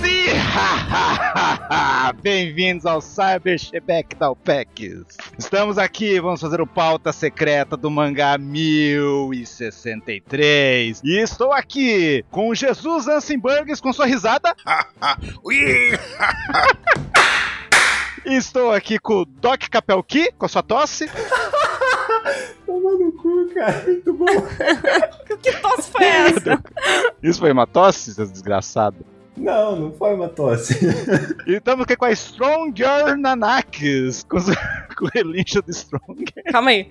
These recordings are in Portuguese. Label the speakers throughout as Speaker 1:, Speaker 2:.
Speaker 1: Sim! Bem-vindos ao Cyber Shebeck Dalpex. Estamos aqui, vamos fazer o pauta secreta do mangá 1063. E estou aqui com Jesus Ansenbergs com sua risada.
Speaker 2: Ui!
Speaker 1: Estou aqui com o Doc Capelki com sua tosse.
Speaker 3: Toma no cu, cara. Muito bom.
Speaker 4: Que tosse foi essa?
Speaker 1: Isso foi uma tosse, seus desgraçados?
Speaker 3: Não, não foi uma tosse.
Speaker 1: E estamos aqui com a Stronger Nanakis com, sua- com o relincho do Stronger.
Speaker 4: Calma aí.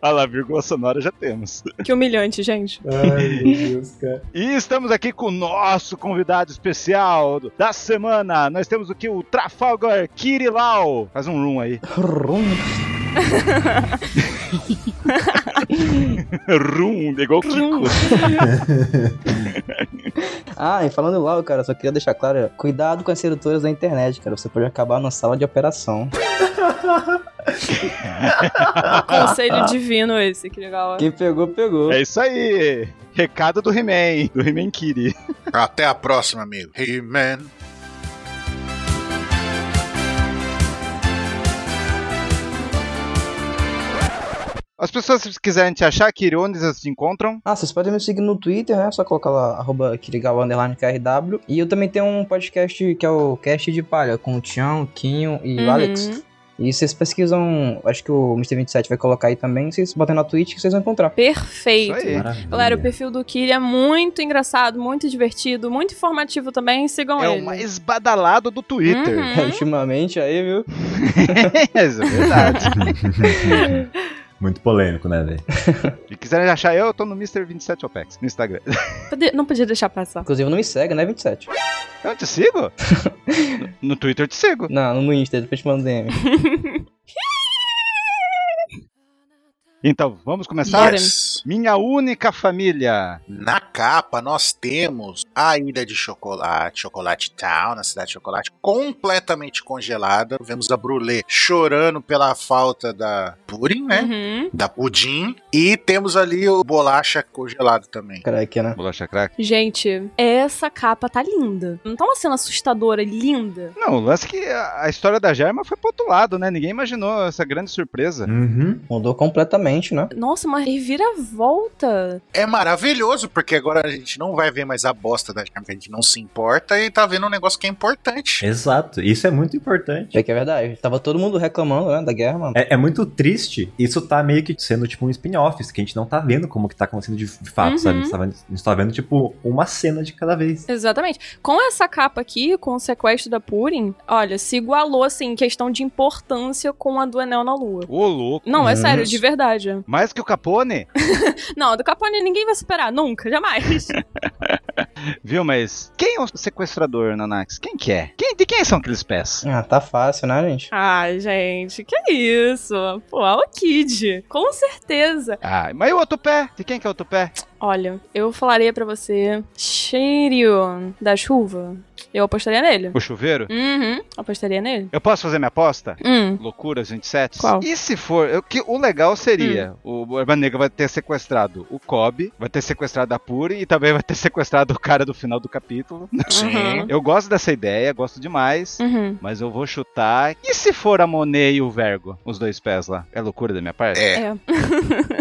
Speaker 1: Olha lá, vírgula sonora já temos.
Speaker 4: Que humilhante, gente.
Speaker 3: Ai, meu Deus, cara.
Speaker 1: E estamos aqui com o nosso convidado especial da semana. Nós temos aqui o Trafalgar Kirilau. Faz um room aí. room, igual o
Speaker 4: Hum,
Speaker 1: Kiko.
Speaker 5: Ah, e falando logo, cara, só queria deixar claro, é, cuidado com as sedutoras da internet, cara. Você pode acabar na sala de operação.
Speaker 4: Conselho divino esse, que legal.
Speaker 5: Quem pegou, pegou.
Speaker 1: É isso aí. Recado do He-Man, do He-Man Kiri.
Speaker 2: Até a próxima, amigo. He-Man.
Speaker 1: As pessoas, se quiserem te achar, Kiri, onde elas te encontram?
Speaker 5: Ah, vocês podem me seguir no Twitter, né? Só colocar lá, arroba Kirigawa underline KRW. E eu também tenho um podcast que é o Cast de Palha, com o Tião, o Quinho e o Alex.
Speaker 4: Uhum.
Speaker 5: E vocês pesquisam, acho que o Mr. 27 vai colocar aí também, vocês botem na Twitch que vocês vão encontrar.
Speaker 4: Perfeito.
Speaker 1: Isso aí.
Speaker 3: Maravilha.
Speaker 4: Galera, o perfil do Kiri é muito engraçado, muito divertido, muito informativo também. Sigam
Speaker 1: É
Speaker 4: ele.
Speaker 1: o mais badalado do Twitter.
Speaker 4: Uhum.
Speaker 5: É, Ultimamente aí, viu?
Speaker 1: é isso, é verdade.
Speaker 3: Muito polêmico, né, velho?
Speaker 1: Se quiserem achar eu, eu tô no Mr. 27 Opex, no Instagram.
Speaker 4: Pode- Não podia deixar passar.
Speaker 5: Inclusive não me segue, né, 27?
Speaker 1: Eu te sigo? No- no Twitter eu te sigo.
Speaker 5: Não, no Insta, depois te mando DM.
Speaker 1: Então, vamos começar?
Speaker 2: Yes.
Speaker 1: Minha única família.
Speaker 2: Na capa nós temos a ilha de chocolate, Chocolate Town, na cidade de chocolate, completamente congelada. Vemos a Brulé chorando pela falta da pudim,
Speaker 1: É.
Speaker 2: né?
Speaker 4: Uhum.
Speaker 2: Da pudim. E temos ali o bolacha congelado também.
Speaker 5: Caraca, né?
Speaker 1: Bolacha crack.
Speaker 4: Gente, essa capa tá linda. Não tá uma cena assustadora, linda?
Speaker 1: Não, o lance é que a a história da Germa foi pro outro lado, né? Ninguém imaginou essa grande surpresa.
Speaker 3: Uhum.
Speaker 5: Mudou completamente, né?
Speaker 4: Nossa, uma reviravolta.
Speaker 2: É maravilhoso, porque agora a gente não vai ver mais a bosta da gente, a gente não se importa e tá vendo um negócio que é importante.
Speaker 3: Exato. Isso é muito importante.
Speaker 5: É que é verdade. Tava todo mundo reclamando, né, da guerra, mano.
Speaker 3: É, é muito triste. Isso tá meio que sendo tipo um spin-off, isso que a gente não tá vendo como que tá acontecendo de, de fato,
Speaker 4: Uhum.
Speaker 3: sabe? A gente, tá vendo, a gente tá vendo, tipo, uma cena de cada vez.
Speaker 4: Exatamente. Com essa capa aqui, com o sequestro da Purim, olha, se igualou, assim, em questão de importância com a do Enel na Lua.
Speaker 1: Ô, louco.
Speaker 4: Não, é
Speaker 3: Nossa.
Speaker 4: sério, de verdade.
Speaker 1: Mais que o Capone,
Speaker 4: Não, a do Capone ninguém vai superar, nunca, jamais.
Speaker 1: viu? Mas quem é o sequestrador, Nanax? Quem que é? Quem, de quem são aqueles pés?
Speaker 5: Ah, tá fácil, né, gente?
Speaker 4: Ai, gente, que isso? Pô, é o Kid, com certeza.
Speaker 1: Ah, mas e o outro pé? De quem que é o outro pé?
Speaker 4: Olha, eu falaria pra você, cheiro da chuva, eu apostaria nele.
Speaker 1: O chuveiro?
Speaker 4: Uhum, apostaria nele.
Speaker 1: Eu posso fazer minha aposta?
Speaker 4: Hum,
Speaker 1: Loucuras 27?
Speaker 4: Qual?
Speaker 1: E se for? Eu, que, o legal seria: o Barba Negra vai ter sequestrado o Kobe, vai ter sequestrado a Puri e também vai ter sequestrado o cara do final do capítulo.
Speaker 4: Uhum.
Speaker 1: Eu gosto dessa ideia, gosto demais.
Speaker 4: uhum.
Speaker 1: Mas eu vou chutar. E se for a Monet e o Vergo? Os dois pés lá. É loucura da minha parte?
Speaker 2: É.
Speaker 4: É.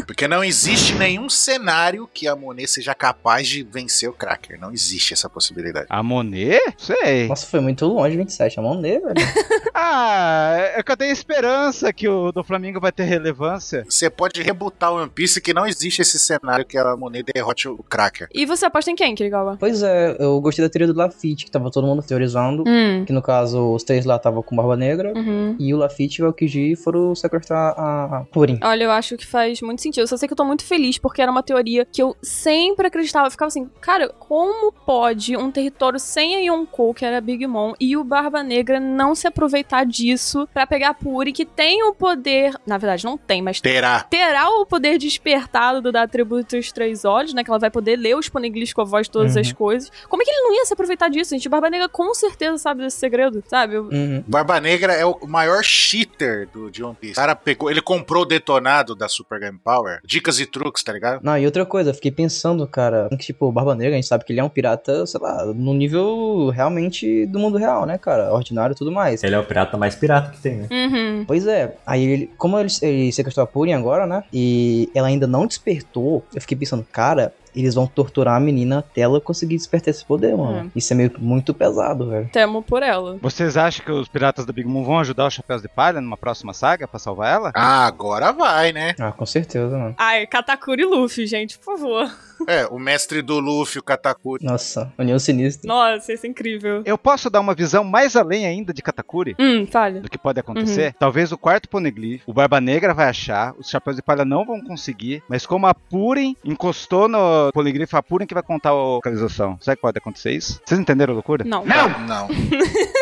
Speaker 2: Porque não existe nenhum cenário que a Monet seja capaz de vencer o Cracker. Não existe essa possibilidade.
Speaker 1: A Monet? Sei.
Speaker 5: Nossa, foi muito longe, 27. A mão dele, é velho.
Speaker 1: Ah, é que eu tenho esperança que o do Flamengo vai ter relevância.
Speaker 2: Você pode rebutar o One Piece que não existe esse cenário que a Monet derrote o Cracker.
Speaker 4: E você aposta em quem, Kirigawa?
Speaker 5: pois é, eu gostei da teoria do Lafitte, que tava todo mundo teorizando.
Speaker 4: Hum,
Speaker 5: Que no caso, os três lá estavam com Barba Negra.
Speaker 4: uhum.
Speaker 5: E o Lafitte e o Aokiji foram sequestrar a Purim.
Speaker 4: Olha, eu acho que faz muito sentido. Eu só sei que eu tô muito feliz, porque era uma teoria que eu sempre acreditava. Eu ficava assim, cara, como pode um território sem a Yonkou Kou, que era Big Mom, e o Barba Negra não se aproveitar disso pra pegar a Puri, que tem o poder. Na verdade, não tem, mas
Speaker 2: Terá.
Speaker 4: terá o poder despertado do, da atributo dos três olhos, né? Que ela vai poder ler os poneglyphs com a voz de todas
Speaker 3: Uhum.
Speaker 4: as coisas. Como é que ele não ia se aproveitar disso, gente? O Barba Negra com certeza sabe desse segredo, sabe? Eu-
Speaker 5: Uhum.
Speaker 2: Barba Negra é o maior cheater do, de One Piece. O cara pegou, ele comprou o detonado da Super Game Power. Dicas e truques, tá ligado?
Speaker 5: Não, e outra coisa, eu fiquei pensando, cara, que, tipo, o Barba Negra, a gente sabe que ele é um pirata, sei lá, no nível realmente do mundo real, né, cara? Ordinário e tudo mais.
Speaker 3: Ele é o pirata mais pirata que tem, né?
Speaker 4: Uhum.
Speaker 5: Pois é, aí ele, como ele, ele sequestrou a Purim agora, né? E ela ainda não despertou, eu fiquei pensando, cara, eles vão torturar a menina até ela conseguir despertar esse poder, mano. Isso é meio que muito pesado, velho.
Speaker 4: Temo por ela.
Speaker 1: Vocês acham que os piratas da Big Moon vão ajudar os Chapéus de Palha numa próxima saga pra salvar ela?
Speaker 2: Ah, agora vai, né?
Speaker 5: Ah, com certeza, mano.
Speaker 4: Ai, Katakuri e Luffy, gente, por favor.
Speaker 2: É, o mestre do Luffy, o Katakuri.
Speaker 5: Nossa, União Sinistra.
Speaker 4: Nossa, isso é incrível.
Speaker 1: Eu posso dar uma visão mais além ainda de Katakuri?
Speaker 4: Hum, fale.
Speaker 1: Do que pode acontecer?
Speaker 4: Uhum.
Speaker 1: Talvez o quarto Poneglyph, o Barba Negra vai achar, os Chapéus de Palha não vão conseguir, mas como a Purim encostou no Poneglyph, a Purim que vai contar a localização. Será que pode acontecer isso? Vocês entenderam a loucura?
Speaker 4: Não.
Speaker 2: Não.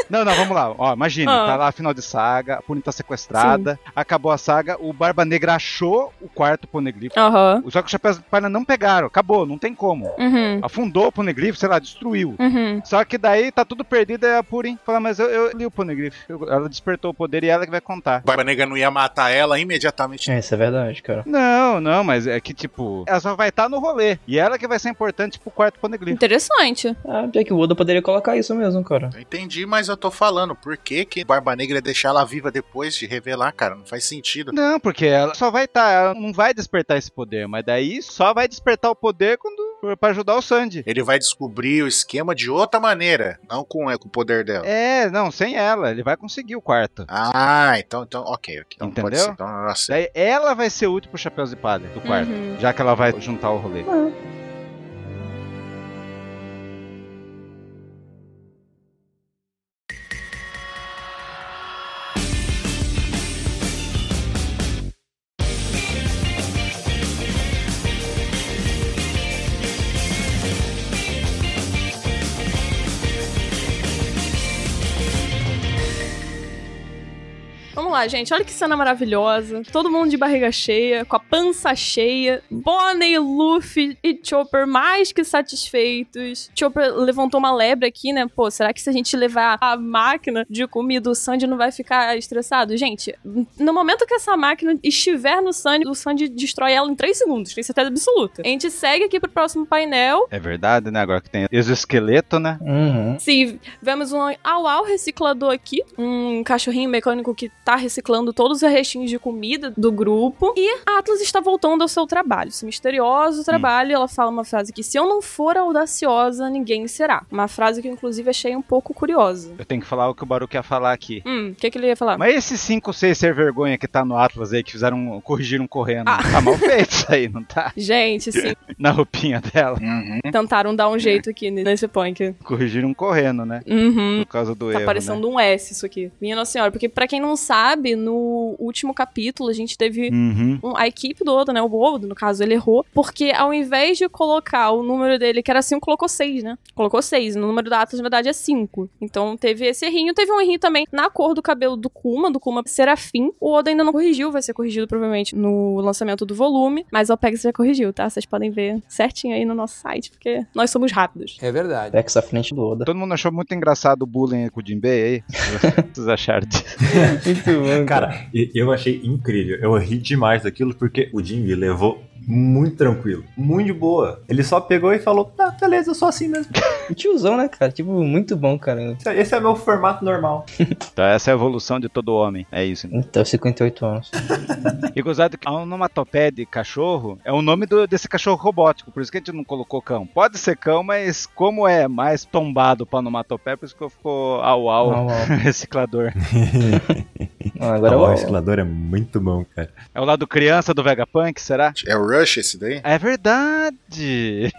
Speaker 1: Não, não, vamos lá. Ó, imagina,
Speaker 4: Ah.
Speaker 1: tá lá final de saga, a Purim tá sequestrada, acabou a saga, o Barba Negra achou o quarto Poneglyph.
Speaker 4: Aham.
Speaker 1: Só que os Chapéus de Palha não pegaram, acabou, não tem como.
Speaker 4: Uhum.
Speaker 1: Afundou o Poneglyph, sei lá, destruiu.
Speaker 4: Uhum.
Speaker 1: Só que daí tá tudo perdido e a Purim fala, mas eu, eu li o Poneglyph. Eu- ela despertou o poder e ela que vai contar.
Speaker 2: Barba Negra não ia matar ela imediatamente.
Speaker 5: É, isso é verdade, cara.
Speaker 1: Não, não, mas é que, tipo, ela só vai estar no rolê. E ela que vai ser importante pro quarto Poneglyph.
Speaker 4: Interessante.
Speaker 5: Ah, pior que o Oda poderia colocar isso mesmo, cara.
Speaker 2: Eu entendi, mas eu tô falando. Por que que Barba Negra ia deixar ela viva depois de revelar, cara? Não faz sentido.
Speaker 1: Não, porque ela só vai estar, ela não vai despertar esse poder, mas daí só vai despertar o poder quando para ajudar o Sandy.
Speaker 2: Ele vai descobrir o esquema de outra maneira, não com, é, com o poder dela.
Speaker 1: É, não, sem ela, ele vai conseguir o quarto.
Speaker 2: Ah, então, então, ok. ok. Então Pode
Speaker 1: Entendeu?
Speaker 2: ser, então, nossa.
Speaker 1: Daí ela vai ser útil pro Chapéus de Palha do quarto,
Speaker 4: Uhum.
Speaker 1: já que ela vai juntar o rolê.
Speaker 4: Vamos lá, gente. Olha que cena maravilhosa. Todo mundo de barriga cheia, com a pança cheia. Bonnie, Luffy e Chopper mais que satisfeitos. Chopper levantou uma lebre aqui, né? Pô, será que se a gente levar a máquina de comida, o Sandy não vai ficar estressado? Gente, no momento que essa máquina estiver no Sandy, o Sandy destrói ela em 3 segundos. Tem certeza absoluta. A gente segue aqui pro próximo painel.
Speaker 1: É verdade, né? Agora que tem exoesqueleto, né?
Speaker 5: Uhum.
Speaker 4: Sim, vemos um au-au reciclador aqui, um cachorrinho mecânico que tá reciclando todos os restinhos de comida do grupo. E a Atlas está voltando ao seu trabalho,
Speaker 1: Hum.
Speaker 4: esse misterioso trabalho. Ela fala uma frase que, se eu não for audaciosa, ninguém será. Uma frase que, eu, inclusive, achei um pouco curiosa.
Speaker 1: Eu tenho que falar o que o Baruch ia falar aqui.
Speaker 4: Hum, o que, que ele ia falar?
Speaker 1: Mas esses 5, 6 ser vergonha que tá no Atlas aí, que fizeram, corrigiram correndo, tá mal feito isso aí, não tá?
Speaker 4: Gente, sim,
Speaker 1: Na roupinha dela,
Speaker 2: Uhum.
Speaker 1: Né?
Speaker 4: tentaram dar um
Speaker 1: É.
Speaker 4: jeito aqui nesse punk.
Speaker 1: corrigiram correndo, né?
Speaker 4: Uhum.
Speaker 1: Por causa do
Speaker 4: Tá
Speaker 1: erro, né?
Speaker 4: parecendo um S isso aqui. Minha Nossa Senhora, porque pra quem não sabe, no último capítulo a gente teve
Speaker 1: Uhum.
Speaker 4: um- a equipe do Oda, né? O Oda, no caso, ele errou. Porque ao invés de colocar o número dele, que era 5, colocou 6, né? Colocou 6. O número da Atlas, na verdade, é 5. Então teve esse errinho. Teve um errinho também na cor do cabelo do Kuma, do Kuma Serafim. O Oda ainda não corrigiu, vai ser corrigido provavelmente no lançamento do volume. Mas o Pegasus já corrigiu, tá? Vocês podem ver certinho aí no nosso site, porque nós somos rápidos.
Speaker 6: É verdade.
Speaker 5: Rex à frente do Oda.
Speaker 1: Todo mundo achou muito engraçado o bullying com o Jinbei aí. Vocês acharam disso?
Speaker 5: Muito bom,
Speaker 3: Cara, e- eu achei incrível. Eu ri demais daquilo porque o Jimmy levou muito tranquilo, muito de boa. Ele só pegou e falou: tá, beleza, eu sou assim mesmo.
Speaker 5: E tiozão, né, cara? Tipo, muito bom, cara.
Speaker 3: Esse é- Esse é meu formato normal.
Speaker 1: Então essa é a evolução de todo homem. É isso. né?
Speaker 5: Então, 58 anos.
Speaker 1: E gozado que a onomatopeia de cachorro é o nome do- desse cachorro robótico. Por isso que a gente não colocou cão. Pode ser cão, mas como é mais tombado pra onomatopeia, por isso que ficou au
Speaker 5: Não,
Speaker 1: au.
Speaker 5: não.
Speaker 1: Reciclador.
Speaker 5: Não, agora eu
Speaker 3: o
Speaker 5: vou.
Speaker 3: oscilador é muito bom, cara.
Speaker 1: É o lado criança do Vegapunk, será?
Speaker 2: É o Rush esse daí?
Speaker 1: É verdade!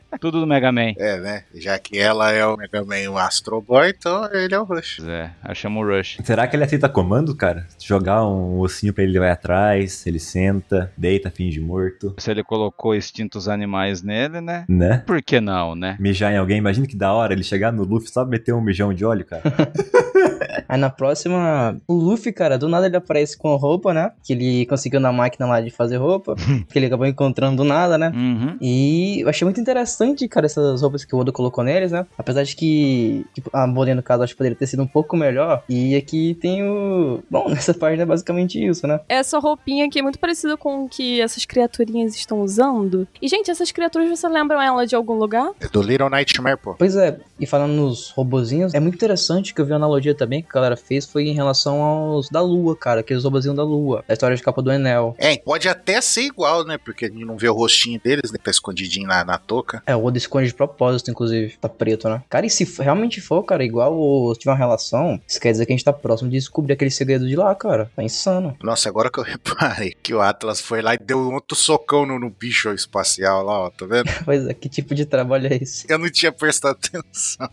Speaker 1: É Tudo do Mega Man.
Speaker 2: É, né? Já que ela é o Mega Man, o Astro Boy, então ele é o Rush.
Speaker 1: Pois é, eu chamo o Rush.
Speaker 3: Será que ele aceita comando, cara? Se Jogar um ossinho pra ele, ele vai atrás, ele senta, deita, finge morto,
Speaker 1: Se ele colocou extintos animais nele, né?
Speaker 3: né?
Speaker 1: Por que não, né?
Speaker 3: Mijar em alguém, imagina que da hora ele chegar no Luffy, sabe meter um mijão de óleo, cara?
Speaker 5: Aí na próxima, o Luffy, cara, do nada ele aparece com roupa, né? Que ele conseguiu na máquina lá de fazer roupa. que ele acabou encontrando do nada, né?
Speaker 1: Uhum.
Speaker 5: E eu achei muito interessante, cara, essas roupas que o Oda colocou neles, né? Apesar de que tipo, a Bonnie, no caso, acho que poderia ter sido um pouco melhor. E aqui tem o. Bom, nessa página é basicamente isso, né?
Speaker 4: Essa roupinha aqui é muito parecida com o que essas criaturinhas estão usando. E, gente, essas criaturas, vocês lembram ela de algum lugar?
Speaker 2: É do Little Nightmare, pô.
Speaker 5: Pois é, e falando nos robozinhos, é muito interessante que eu vi uma analogia também que a galera fez foi em relação aos da Lua, cara, aqueles robozinhos da Lua, a história de capa do Enel.
Speaker 2: É, pode até ser igual, né? Porque a gente não vê o rostinho deles, né? Tá escondidinho na, na touca.
Speaker 5: É, o Oda esconde de propósito, inclusive. Tá preto, né? Cara, e se f- realmente for, cara, igual ou se tiver uma relação, isso quer dizer que a gente tá próximo de descobrir aquele segredo de lá, cara. Tá insano.
Speaker 2: Nossa, agora que eu reparei que o Atlas foi lá e deu um outro socão no, no bicho espacial lá, ó, tá vendo?
Speaker 5: Pois é, que tipo de trabalho é esse?
Speaker 2: Eu não tinha prestado atenção.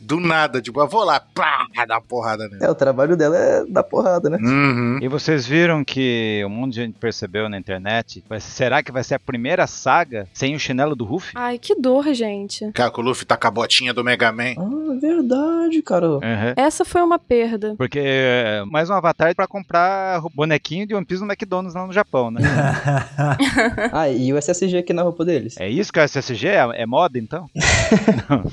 Speaker 2: Do nada, tipo, eu vou lá, pá, dá uma porrada nele.
Speaker 5: É, o trabalho dela é dar porrada, né?
Speaker 2: Uhum.
Speaker 1: E vocês viram que um monte de gente percebeu na internet? Mas será que vai ser a primeira saga sem o chinelo do Ruffy?
Speaker 4: Ai, que dor, gente.
Speaker 2: Cara, que o Luffy tá com a botinha do Mega Man.
Speaker 5: Ah, é verdade, cara.
Speaker 1: Uhum.
Speaker 4: Essa foi uma perda.
Speaker 1: Porque é, mais um avatar pra comprar ro- bonequinho de One Piece no McDonald's lá no Japão, né?
Speaker 5: Ah, e o SSG aqui na roupa deles.
Speaker 1: é isso que é o SSG? É, é moda, então?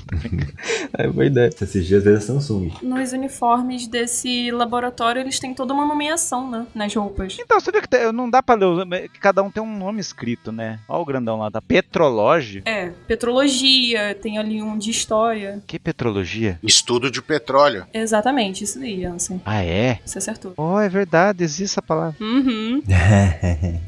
Speaker 5: É boa ideia.
Speaker 3: Esses dias vezes é Samsung.
Speaker 6: Nos uniformes desse laboratório, eles têm toda uma nomeação, né? Nas roupas.
Speaker 1: Então, você viu que tem- não dá pra ler, os- que cada um tem um nome escrito, né? Olha o grandão lá, tá? Petrologe?
Speaker 6: É, petrologia, tem ali um de história.
Speaker 1: Que petrologia?
Speaker 2: Estudo de petróleo.
Speaker 6: Exatamente, isso daí, Jansen.
Speaker 1: Ah, é?
Speaker 6: Você acertou.
Speaker 1: Oh, é verdade, existe essa palavra.
Speaker 6: Uhum.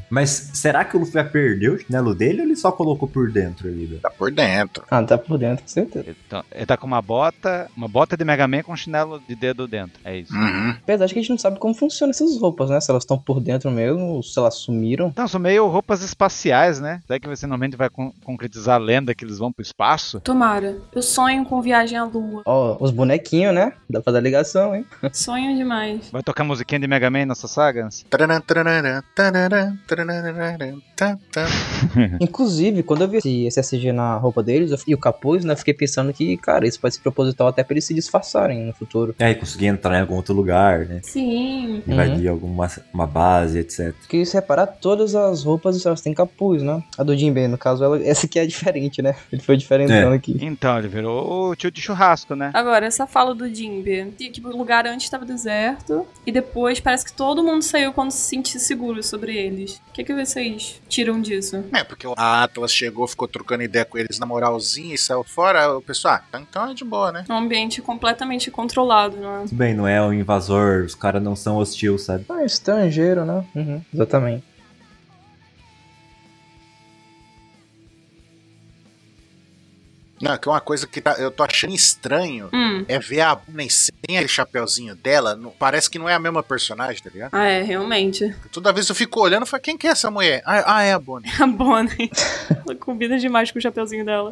Speaker 3: Mas será que o Luffy vai perder o chinelo dele ou ele só colocou por dentro ali? né? velho?
Speaker 2: Tá por dentro.
Speaker 5: Ah, tá por dentro, com certeza.
Speaker 1: Então, ele tá com uma bota, uma bota de Mega Man com um chinelo de dedo dentro. É isso.
Speaker 2: Uhum.
Speaker 5: Apesar de que a gente não sabe como funcionam essas roupas, né? Se elas estão por dentro mesmo, ou se elas sumiram.
Speaker 1: Então, são meio roupas espaciais, né? Será que você normalmente vai con- concretizar a lenda que eles vão pro espaço?
Speaker 6: Tomara. Eu sonho com viagem à lua.
Speaker 5: Ó, os bonequinhos, né? Dá pra dar ligação, hein?
Speaker 6: Sonho demais.
Speaker 1: Vai tocar musiquinha de Mega Man nessa saga? Ansi?
Speaker 2: Taranã, taranã, taranã, taranã, tan, tan.
Speaker 5: Inclusive, quando eu vi esse SSG na roupa deles eu- e o capuz, né? eu Fiquei pensando que, cara, isso pode ser proposital até pra eles se disfarçarem no futuro.
Speaker 3: Aí conseguir É, entrar em algum outro lugar, né?
Speaker 5: Uhum.
Speaker 6: Sim.
Speaker 3: Invadir alguma uma base, etc.
Speaker 5: Porque se reparar, todas as roupas elas têm capuz, né? A do Jinbei, no caso, ela, essa aqui é diferente, né? Ele foi diferentão aqui.
Speaker 1: Então, ele virou o tio de churrasco, né?
Speaker 6: Agora, essa fala do Jimbe, que que o lugar antes estava deserto e depois parece que todo mundo saiu quando se sentiu seguro sobre eles. O que, que vocês tiram disso?
Speaker 2: É, porque o Atlas chegou, ficou trocando ideia com eles na moralzinha e saiu fora. O pessoal, ah, tá- então é de boa, né?
Speaker 6: É um ambiente completamente controlado, não é?
Speaker 3: Tudo bem, não é um invasor, os caras não são hostil, sabe?
Speaker 5: Ah, estrangeiro, né? Uhum, exatamente.
Speaker 2: Não, que uma coisa que tá- eu tô achando estranho
Speaker 6: Hum.
Speaker 2: é ver a Bunny sem aquele chapeuzinho dela. não- parece que não é a mesma personagem, tá ligado?
Speaker 6: Ah, é, realmente.
Speaker 2: Toda vez eu fico olhando e falo, quem que é essa mulher? Ah, ah, é a Bonnie.
Speaker 6: A Bonnie. Ela combina demais né? com o chapeuzinho dela.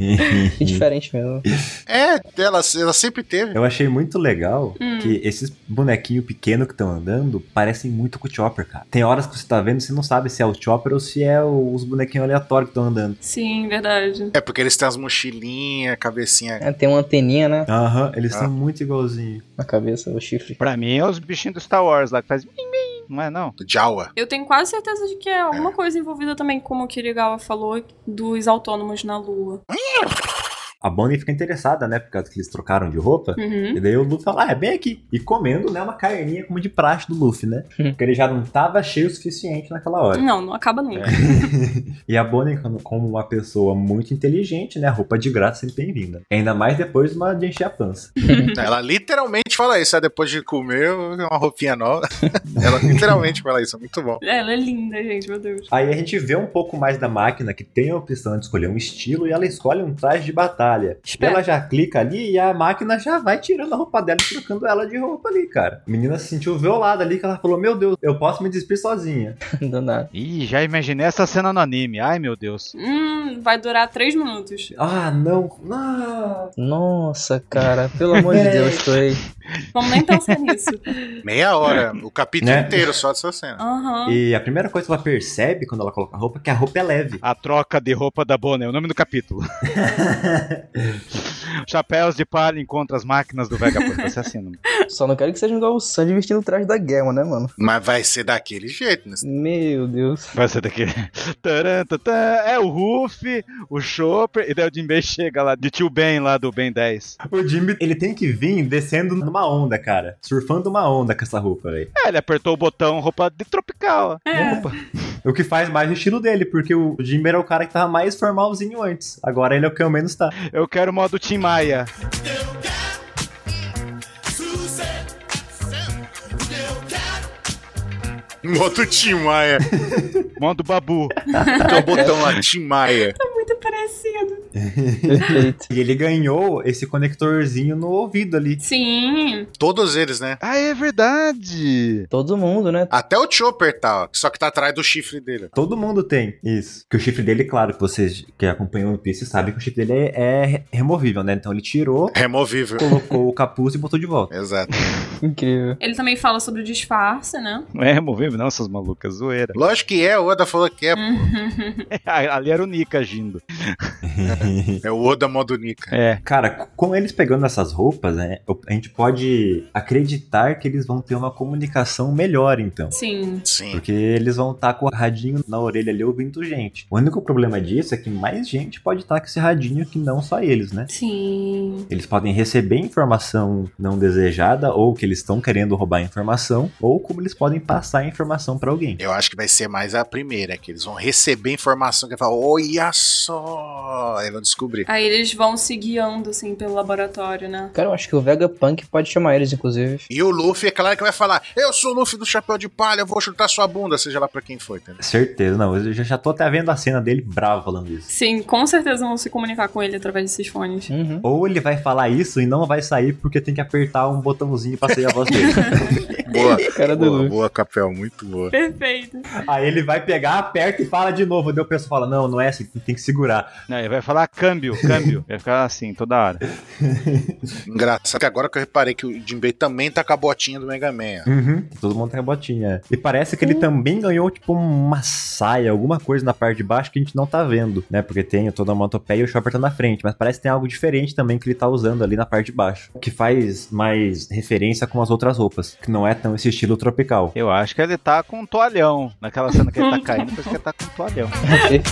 Speaker 5: Que diferente mesmo.
Speaker 2: É, ela, ela sempre teve.
Speaker 3: Eu achei muito legal
Speaker 6: Hum.
Speaker 3: que esses bonequinhos pequenos que estão andando parecem muito com o Chopper, cara. Tem horas que você tá vendo e você não sabe se é o Chopper ou se é o- os bonequinhos aleatórios que estão andando.
Speaker 6: Sim, verdade.
Speaker 2: É porque eles têm as mochilinhas, cabecinha.
Speaker 5: É, tem uma anteninha, né?
Speaker 3: Aham, eles
Speaker 2: Ah.
Speaker 3: são muito igualzinhos.
Speaker 5: Na cabeça, o chifre.
Speaker 1: Pra mim é os bichinhos do Star Wars lá que faz. mim, mim. Não é, não?
Speaker 2: Jawa.
Speaker 6: Eu tenho quase certeza de que é alguma coisa envolvida também, como o Kirigawa falou, dos autônomos na Lua.
Speaker 3: A Bonnie fica interessada, né? Por causa que eles trocaram de roupa.
Speaker 6: Uhum.
Speaker 3: E daí o Luffy fala, ah, é bem aqui. E comendo, né, uma carninha como de praxe do Luffy, né? Porque ele já não tava cheio o suficiente naquela
Speaker 4: Hum.
Speaker 3: hora.
Speaker 6: Não, não acaba nunca.
Speaker 3: E a Bonnie, como- como uma pessoa muito inteligente, né? Roupa de graça sempre bem-vinda. Ainda mais depois de uma de encher a pança.
Speaker 2: Ela literalmente fala isso, ah, depois de comer uma roupinha nova. ela literalmente fala isso, é muito bom.
Speaker 6: Ela é linda, gente, meu Deus.
Speaker 3: Aí a gente vê um pouco mais da máquina que tem a opção de escolher um estilo e ela escolhe um traje de batalha. muralha.
Speaker 4: Espera.
Speaker 3: E ela já clica ali e a máquina já vai tirando a roupa dela e trocando ela de roupa ali, cara. A menina se sentiu violada ali, que ela falou: Meu Deus, eu posso me despir sozinha.
Speaker 5: Do nada.
Speaker 1: Ih, já imaginei essa cena no anime. Ai, meu Deus.
Speaker 6: Hum, vai durar três minutos.
Speaker 3: Ah, não. Ah.
Speaker 5: Nossa, cara, pelo amor de Deus, Toei.
Speaker 6: Vamos nem pensar nisso.
Speaker 2: Meia hora, o capítulo
Speaker 3: Né?
Speaker 2: inteiro só dessa cena.
Speaker 6: Aham.
Speaker 3: E a primeira coisa que ela percebe quando ela coloca a roupa é que a roupa é leve.
Speaker 1: A troca de roupa da Bonnie, é o nome do capítulo. Chapéus de palha encontra as máquinas do Vegapunk. Vai ser assim, não?
Speaker 5: Só não quero que seja igual o Sanji vestindo o traje da guerra, né, mano?
Speaker 2: Mas vai ser daquele jeito, né?
Speaker 5: Meu Deus.
Speaker 1: Vai ser daqui. Taran, tatã. É o Ruffy, o Chopper, e daí o Jinbei chega lá, de tio Ben lá do Ben 10.
Speaker 3: O Jimmy, ele tem que vir descendo numa onda, cara. Surfando uma onda com essa roupa, velho.
Speaker 1: É, ele apertou o botão, roupa de tropical. ó.
Speaker 6: É.
Speaker 1: Opa.
Speaker 3: O que faz mais o estilo dele, porque o Jimmy era o cara que tava mais formalzinho antes. Agora ele é o que eu menos tá.
Speaker 1: Eu quero o modo Tim Maia.
Speaker 2: Moto Tim Maia.
Speaker 1: Modo Babu.
Speaker 2: Então botão lá, Tim Maia.
Speaker 6: Muito parecido.
Speaker 5: Perfeito.
Speaker 3: E ele ganhou esse conectorzinho no ouvido ali.
Speaker 6: Sim.
Speaker 2: Todos eles, né?
Speaker 1: Ah, é verdade.
Speaker 5: Todo mundo, né?
Speaker 2: Até o Chopper tá, ó, só que tá atrás do chifre dele.
Speaker 3: Todo mundo tem isso. Que o chifre dele, claro, que vocês que acompanham o One Piece sabem que o chifre dele é, é removível, né? Então ele tirou,
Speaker 2: Removível.
Speaker 3: colocou o capuz e botou de volta.
Speaker 2: Exato.
Speaker 5: Incrível.
Speaker 6: Ele também fala sobre o disfarce, né?
Speaker 1: Não é removível, não, essas malucas. Zoeira.
Speaker 2: Lógico que é, o Oda falou que é.
Speaker 1: Ali era o Nika agindo.
Speaker 2: É o Oda modo Nika.
Speaker 1: É.
Speaker 3: Cara, c- com eles pegando essas roupas, né? eu- A gente pode acreditar que eles vão ter uma comunicação melhor, então.
Speaker 6: Sim.
Speaker 2: Sim.
Speaker 3: Porque eles vão estar com o radinho na orelha ali ouvindo gente. O único problema disso é que mais gente pode estar com esse radinho que não só eles, né?
Speaker 6: Sim.
Speaker 3: Eles podem receber informação não desejada ou que eles estão querendo roubar informação, ou como eles podem passar a informação pra alguém.
Speaker 2: Eu acho que vai ser mais a primeira, que eles vão receber informação que vai falar, olha só! Aí vão descobrir.
Speaker 6: Aí eles vão se guiando, assim, pelo laboratório, né?
Speaker 5: Cara, eu acho que o Vegapunk pode chamar eles, inclusive.
Speaker 2: E o Luffy é claro que vai falar: Eu sou o Luffy do Chapéu de Palha, eu vou chutar sua bunda, seja lá pra quem foi, entendeu?
Speaker 3: Certeza, não. Eu já, já tô até vendo a cena dele bravo falando isso.
Speaker 6: Sim, com certeza vão se comunicar com ele através desses fones.
Speaker 5: Uhum.
Speaker 3: Ou ele vai falar isso e não vai sair porque tem que apertar um botãozinho pra sair a voz dele.
Speaker 2: Boa,
Speaker 5: Cara do
Speaker 2: boa,
Speaker 5: Luffy.
Speaker 2: boa, Capel, muito boa.
Speaker 6: Perfeito. Aí
Speaker 3: Aí ele vai pegar, aperta e fala de novo. Daí o pessoal fala: Não, não é assim, tem que segurar.
Speaker 1: Não, ele vai falar câmbio, câmbio. Vai ficar assim toda hora.
Speaker 2: Engraçado que agora que eu reparei que o Jinbei também tá com a botinha do Mega Man. ó.
Speaker 3: Uhum. Todo mundo tem a botinha. é. E parece que ele também ganhou, tipo, uma saia, alguma coisa na parte de baixo que a gente não tá vendo, né? Porque tem toda a motopeia e o shopper tá na frente. Mas parece que tem algo diferente também que ele tá usando ali na parte de baixo. Que faz mais referência com as outras roupas. Que não é tão esse estilo tropical.
Speaker 1: Eu acho que ele tá com um toalhão. Naquela cena que ele tá caindo, parece que ele tá com um toalhão.
Speaker 5: Perfeito.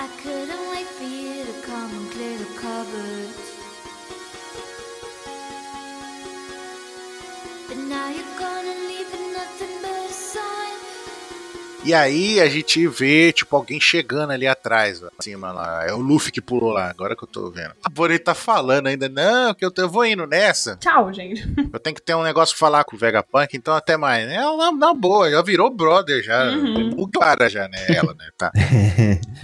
Speaker 7: I couldn't wait for you to come and clear the cupboards. But now you're gonna leave with nothing but a sign.
Speaker 2: E aí a gente vê, tipo, alguém chegando ali atrás, ó, acima lá. É o Luffy que pulou lá, agora que eu tô vendo. A Bonnie tá falando ainda, não, que eu, tô- eu vou indo nessa.
Speaker 6: Tchau, gente.
Speaker 2: Eu tenho que ter um negócio pra falar com o Vegapunk, então até mais. É, na, na boa, já virou brother já.
Speaker 6: Uhum.
Speaker 2: O cara já, né? Ela, né? Tá.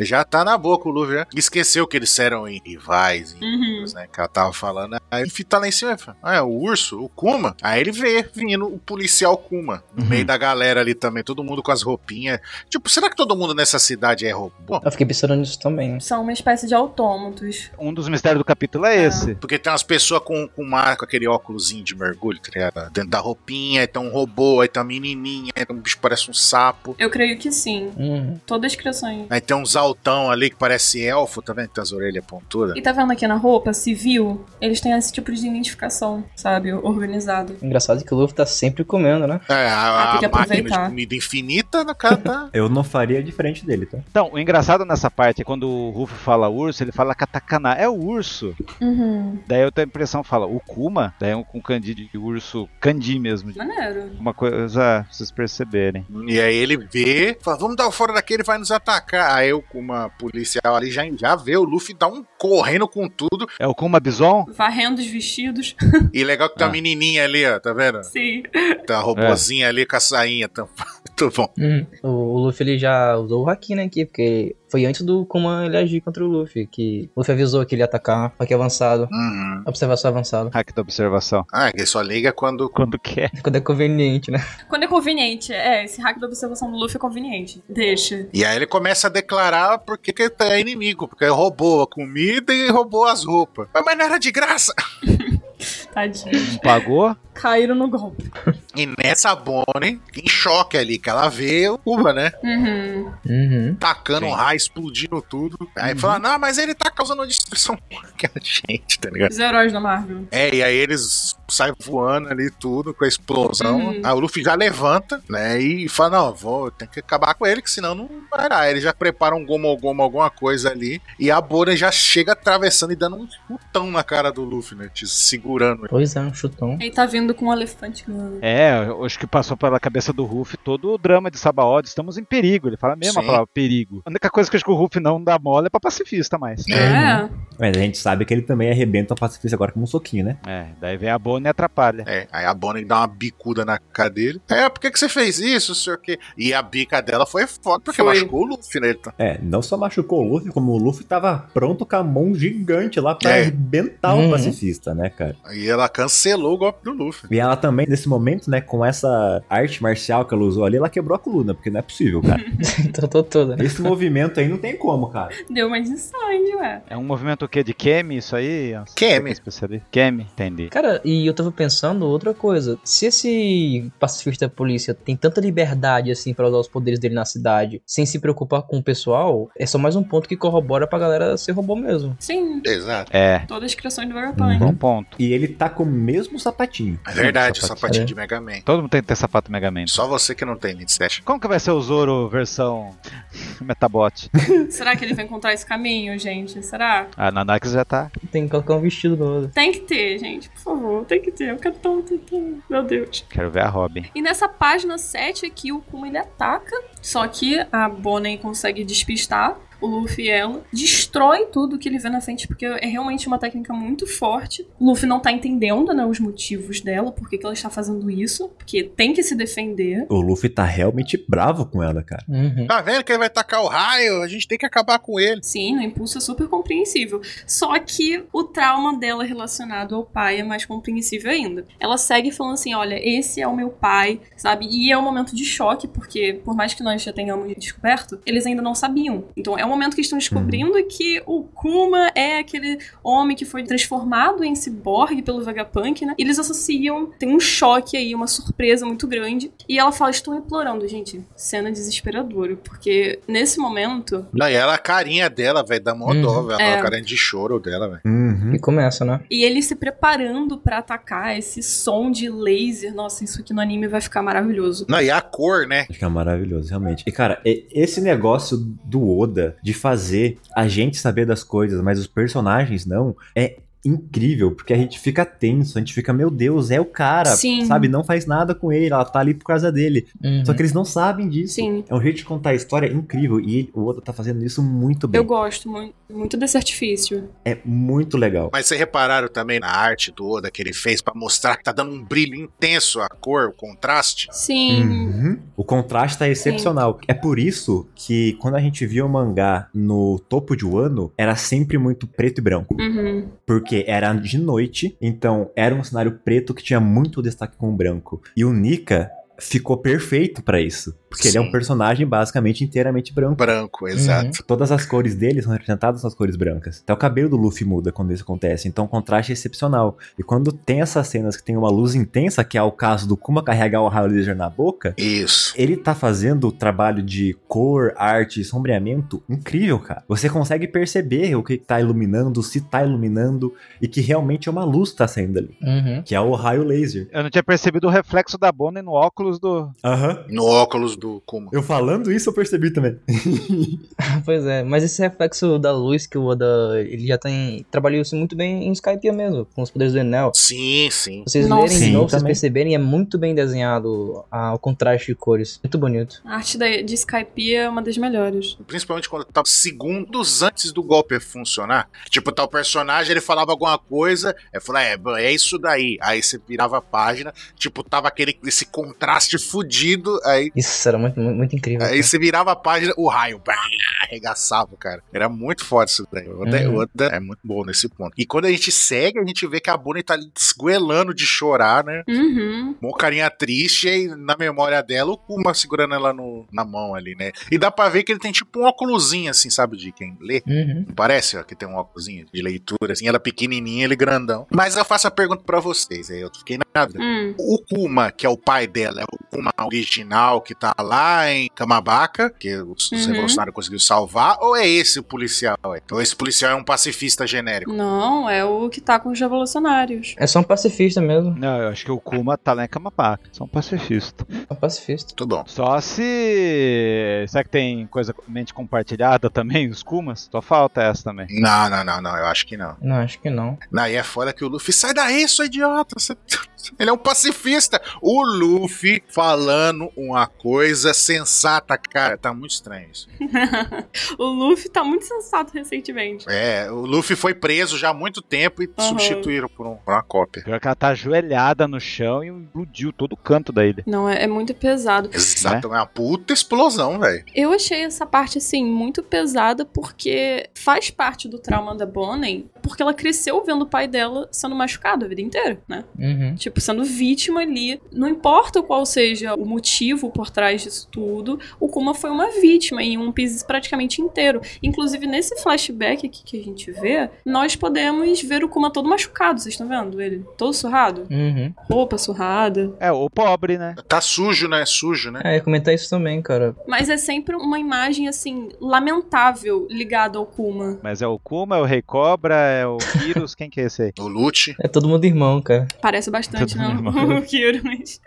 Speaker 2: já tá na boa com o Luffy, já. Esqueceu que eles eram em rivais, em
Speaker 6: Uhum.
Speaker 2: né, que ela tava falando. Aí ele tá lá em cima e fala, ah, é o urso, o Kuma. Aí ele vê vindo o policial Kuma. No
Speaker 1: Uhum.
Speaker 2: meio da galera ali também, todo mundo com as roupinhas. Tipo, será que todo mundo nessa cidade é robô?
Speaker 5: Eu fiquei pensando nisso também.
Speaker 6: São uma espécie de autômatos.
Speaker 1: Um dos mistérios do capítulo é esse.
Speaker 2: Porque tem umas pessoas com, com, uma, com aquele óculosinho de mergulho, tá ligado? Dentro da roupinha, aí tem um robô, aí tem uma menininha, aí tem um bicho que parece um sapo.
Speaker 6: Eu creio que sim.
Speaker 5: Uhum.
Speaker 6: Todas as criações.
Speaker 2: Aí tem uns altão ali que parece elfo, tá vendo? Que tem as orelhas pontudas.
Speaker 6: E tá vendo aqui na roupa civil? Eles têm esse tipo de identificação, sabe? Organizado.
Speaker 5: Engraçado que o Luffy tá sempre comendo, né?
Speaker 2: É, a,
Speaker 6: Ah, tem que
Speaker 2: a máquina de
Speaker 6: aproveitar.
Speaker 2: comida infinita, na cara tá?
Speaker 3: Eu não faria diferente dele, tá?
Speaker 1: Então, o engraçado nessa parte é quando o Rufo fala urso, ele fala katakana. É o urso.
Speaker 4: Uhum.
Speaker 1: Daí eu tenho a impressão, fala o Kuma. Daí é um com candi de urso, candi mesmo. de-
Speaker 4: Maneiro.
Speaker 1: Uma coisa pra vocês perceberem.
Speaker 2: E aí ele vê, fala, vamos dar o fora daqui, ele vai nos atacar. Aí eu, com uma policial ali já, já vê o Luffy dar um correndo com tudo.
Speaker 1: É o Kuma Bison?
Speaker 4: Varrendo os vestidos.
Speaker 2: E legal que tá
Speaker 1: Ah.
Speaker 2: a menininha ali, ó, tá vendo?
Speaker 4: Sim.
Speaker 2: Tá a robozinha ali com a sainha tampada. Muito bom.
Speaker 5: Uhum. O, o Luffy ele já usou o Haki, né, aqui, porque foi antes do Kuma ele agir contra o Luffy, que o Luffy avisou que ele ia atacar, Haki avançado,
Speaker 2: Uhum.
Speaker 5: observação avançada.
Speaker 1: Hack da observação.
Speaker 2: Ah, que só liga quando.
Speaker 1: Quando quer.
Speaker 5: Quando é conveniente, né?
Speaker 4: Quando é conveniente. É, esse hack da observação do Luffy é conveniente. Deixa.
Speaker 2: E aí ele começa a declarar porque que ele é inimigo, porque roubou a comida e roubou as roupas. Mas, mas não era de graça!
Speaker 4: Tadinho.
Speaker 1: Não pagou?
Speaker 4: Caíram no golpe.
Speaker 2: E nessa Bonnie, em choque ali, que ela vê o Cuba, né?
Speaker 4: Uhum.
Speaker 5: Uhum.
Speaker 2: Tacando
Speaker 1: Sim.
Speaker 2: um raio, explodindo tudo. Aí fala, não, mas ele tá causando destruição com aquela gente, tá ligado?
Speaker 4: Os heróis da Marvel.
Speaker 2: É, e aí eles saem voando ali tudo com a explosão.
Speaker 4: Uhum.
Speaker 2: Aí o Luffy já levanta, né? E fala, não, vou, tem que acabar com ele, que senão não vai dar. Aí Ele já prepara um gomo gomo, alguma coisa ali. E a Bonnie já chega atravessando e dando um chutão na cara do Luffy, né? Te segurando.
Speaker 5: Pois é, um chutão.
Speaker 4: Ele tá vindo com um elefante grande.
Speaker 1: É, eu acho que passou pela cabeça do Ruff todo o drama de Sabaody. Estamos em perigo. Ele fala mesmo a
Speaker 2: Sim.
Speaker 1: palavra perigo. A única coisa que eu acho que o Ruff não dá mole é pra pacifista mais.
Speaker 4: É.
Speaker 3: Mas a gente sabe que ele também arrebenta o pacifista agora com um soquinho, né?
Speaker 1: É, daí vem a Bonnie e atrapalha.
Speaker 2: É, aí a Bonnie dá uma bicuda na cara dele. É, por que, que você fez isso, não sei o quê? E a bica dela foi foda, porque
Speaker 4: Foi.
Speaker 2: machucou o Luffy, né? Ele tá-
Speaker 3: É, não só machucou o Luffy, como o Luffy tava pronto com a mão gigante lá pra
Speaker 2: É.
Speaker 3: arrebentar
Speaker 5: Uhum.
Speaker 3: o pacifista, né, cara?
Speaker 2: E ela cancelou o golpe do Luffy.
Speaker 3: E ela também, nesse momento, né, com essa arte marcial que ela usou ali, ela quebrou a coluna, porque não é possível, cara.
Speaker 5: Tratou toda.
Speaker 3: Esse movimento aí não tem como, cara.
Speaker 4: Deu mais insane, ué.
Speaker 1: É um movimento o quê? De Kemi, isso aí?
Speaker 2: Kemi.
Speaker 1: Especialista. Kemi, entendi.
Speaker 5: Cara, e eu tava pensando outra coisa. Se esse pacifista polícia tem tanta liberdade assim pra usar os poderes dele na cidade, sem se preocupar com o pessoal, é só mais um ponto que corrobora pra galera ser robô mesmo.
Speaker 4: Sim.
Speaker 2: Exato.
Speaker 1: É,
Speaker 4: Todas as criações do Vegapunk.
Speaker 1: bom ponto.
Speaker 3: E ele tá com o mesmo sapatinho.
Speaker 2: É verdade, o
Speaker 3: Sapatinho.
Speaker 2: sapatinho de Mega Man.
Speaker 1: Todo mundo tem que ter sapato Mega Man.
Speaker 2: Só você que não tem, Nintendo.
Speaker 1: Como que vai ser o Zoro versão Metabot?
Speaker 4: Será que ele vai encontrar esse caminho, gente? Será?
Speaker 1: A Nanax já tá.
Speaker 5: Tem que colocar um vestido no outro.
Speaker 4: Tem que ter, gente. Por favor, tem que ter. Eu quero tanto, tanto, tanto. Meu Deus.
Speaker 1: Quero ver a Robin.
Speaker 4: E nessa página 7 aqui, o Kuma ele ataca. Só que a Bonnie consegue despistar o Luffy e ela. Destrói tudo que ele vê na frente, porque é realmente uma técnica muito forte. O Luffy não tá entendendo, né, os motivos dela, por que que ela está fazendo isso. Porque tem que se defender.
Speaker 3: O Luffy tá realmente bravo com ela, cara.
Speaker 5: Uhum.
Speaker 2: Tá vendo que ele vai tacar o raio? A gente tem que acabar com ele.
Speaker 4: Sim, no impulso é super compreensível. Só que o trauma dela relacionado ao pai é mais compreensível ainda. Ela segue falando assim: olha, esse é o meu pai, sabe? E é um momento de choque, porque por mais que nós já tenhamos descoberto, eles ainda não sabiam. Então é um momento que estão descobrindo que o Kuma é aquele homem que foi transformado em ciborgue pelo Vegapunk, né? E eles associam, tem um choque aí, uma surpresa muito grande. E ela fala: estou implorando, gente. Cena desesperadora, porque nesse momento
Speaker 2: Não, e ela, a carinha dela, velho, dá mó
Speaker 5: Uhum.
Speaker 2: dó, velho.
Speaker 4: É.
Speaker 2: A carinha de choro dela, velho.
Speaker 3: Uhum.
Speaker 5: E começa, né?
Speaker 4: E ele se preparando pra atacar esse som de laser. Nossa, isso aqui no anime vai ficar maravilhoso.
Speaker 2: Não, e a cor, né?
Speaker 3: Fica maravilhoso, realmente. E, cara, e- esse negócio do Oda de fazer a gente saber das coisas, mas os personagens não, é incrível, porque a gente fica tenso, a gente fica, meu Deus, é o cara,
Speaker 4: Sim.
Speaker 3: sabe? Não faz nada com ele, ela tá ali por causa dele.
Speaker 5: Uhum.
Speaker 3: Só que eles não sabem disso.
Speaker 4: Sim.
Speaker 3: É um jeito de contar a história incrível, e ele- o Oda tá fazendo isso muito bem.
Speaker 4: Eu gosto muito, muito desse artifício.
Speaker 3: É muito legal.
Speaker 2: Mas vocês repararam também na arte do Oda que ele fez pra mostrar que tá dando um brilho intenso a cor, o contraste?
Speaker 4: Sim.
Speaker 3: Uhum. O contraste tá excepcional. É por isso que quando a gente via o mangá no topo de um ano, era sempre muito preto e branco.
Speaker 4: Uhum.
Speaker 3: Porque era de noite, então era um cenário preto que tinha muito destaque com o branco. E o Nika ficou perfeito pra isso. Porque ele é um
Speaker 2: Sim.
Speaker 3: personagem basicamente inteiramente branco.
Speaker 2: Branco, exato.
Speaker 3: Todas as cores dele são representadas nas cores brancas. Até o cabelo do Luffy muda quando isso acontece. Então o contraste é excepcional. E quando tem essas cenas que tem uma luz intensa, que é o caso do Kuma carregar o raio laser na boca,
Speaker 2: Isso.
Speaker 3: ele tá fazendo o trabalho de cor, arte e sombreamento incrível, cara. Você consegue perceber o que tá iluminando, se tá iluminando e que realmente é uma luz que tá saindo ali,
Speaker 5: Uhum.
Speaker 3: que é o raio laser.
Speaker 1: Eu não tinha percebido o reflexo da Bonnie no óculos do.
Speaker 3: Aham.
Speaker 2: No óculos do Kuma.
Speaker 3: Eu falando isso, eu percebi também.
Speaker 5: Pois é, mas esse reflexo da luz que o Oda, ele já tem, trabalhou isso muito bem em Skype mesmo, com os poderes do Enel.
Speaker 2: Sim, sim.
Speaker 5: Vocês
Speaker 6: Nossa.
Speaker 5: lerem de
Speaker 3: Sim,
Speaker 5: novo, vocês
Speaker 3: também.
Speaker 5: perceberem, é muito bem desenhado ah, o contraste de cores. Muito bonito.
Speaker 6: A arte da- de Skype é uma das melhores.
Speaker 2: Principalmente quando tá segundos antes do golpe funcionar. Tipo, tá o personagem, ele falava alguma coisa, aí falava, é, bom, é isso daí. Aí você virava a página, tipo, tava aquele, esse contraste fudido, aí,
Speaker 5: Isso era muito, muito, muito incrível.
Speaker 2: aí
Speaker 5: cara.
Speaker 2: você virava a página, o raio, bah, arregaçava, cara. Era muito forte isso daí. O Oda,
Speaker 5: Uhum.
Speaker 2: o Oda é muito bom nesse ponto. E quando a gente segue, a gente vê que a Bonnie tá ali esguelando de chorar, né?
Speaker 6: Uhum.
Speaker 2: Mó carinha triste, e na memória dela, o Kuma segurando ela no, na mão ali, né? E dá pra ver que ele tem tipo um óculosinho, assim, sabe, de quem lê.
Speaker 5: Uhum.
Speaker 2: Não Parece, ó, que tem um óculosinho de leitura, assim, ela pequenininha, ele grandão. Mas eu faço a pergunta pra vocês, aí eu fiquei na dúvida.
Speaker 6: Hum.
Speaker 2: O Kuma, que é o pai dela, é o Kuma original que tá lá em Camabaca, que os
Speaker 6: Uhum.
Speaker 2: uhum. revolucionários conseguiram salvar, ou é esse o policial? aí? Ou esse policial é um pacifista genérico?
Speaker 4: Hum.
Speaker 6: Não, é o que tá com os revolucionários.
Speaker 5: É só um pacifista mesmo.
Speaker 1: Não, eu acho que o Kuma tá lá em Camapaca. Só um pacifista.
Speaker 5: É um pacifista.
Speaker 2: Tudo bom.
Speaker 1: Só se. Será que tem coisa mente compartilhada também, os Kumas? Só falta essa também.
Speaker 2: Não, não, não, não, eu acho que não.
Speaker 5: Não, acho que não.
Speaker 2: Não, e é fora que o Luffy. Sai daí, seu idiota! você- Ele é um pacifista! O Luffy falando uma coisa sensata, cara. Tá muito estranho isso.
Speaker 6: o Luffy tá muito sensato recentemente.
Speaker 2: É, o Luffy foi preso já há muito tempo e
Speaker 6: Aham.
Speaker 2: substituíram por, um- por uma cópia.
Speaker 1: Pior que ela tá ajoelhada no chão e explodiu todo o canto da ilha.
Speaker 6: Não, é, é muito pesado.
Speaker 4: Né?
Speaker 2: Exato, é uma puta explosão, velho.
Speaker 6: Eu achei essa parte, assim, muito pesada porque faz parte do trauma da Bonnie, porque ela cresceu vendo o pai dela sendo machucado a vida inteira, né?
Speaker 5: Uhum.
Speaker 6: Tipo, sendo vítima ali. Não importa qual seja o motivo por trás disso tudo, o Kuma foi uma vítima em um piso praticamente inteiro. Inclusive, nesse flashback aqui que a gente vê, nós podemos ver o Kuma todo machucado, vocês estão vendo ele? Todo surrado?
Speaker 5: Uhum.
Speaker 6: Roupa surrada.
Speaker 1: É, o pobre, né?
Speaker 2: Tá sujo, né? Sujo, né?
Speaker 5: É, eu ia comentar isso também, cara.
Speaker 6: Mas é sempre uma imagem, assim, lamentável ligada ao Kuma.
Speaker 1: Mas é o Kuma, é o Rei Cobra, é o Kirus, quem que é esse aí?
Speaker 2: O Lute.
Speaker 5: É todo mundo irmão, cara.
Speaker 6: Parece bastante,
Speaker 1: Todo
Speaker 6: não?
Speaker 1: normal.
Speaker 6: O Kiro, mas.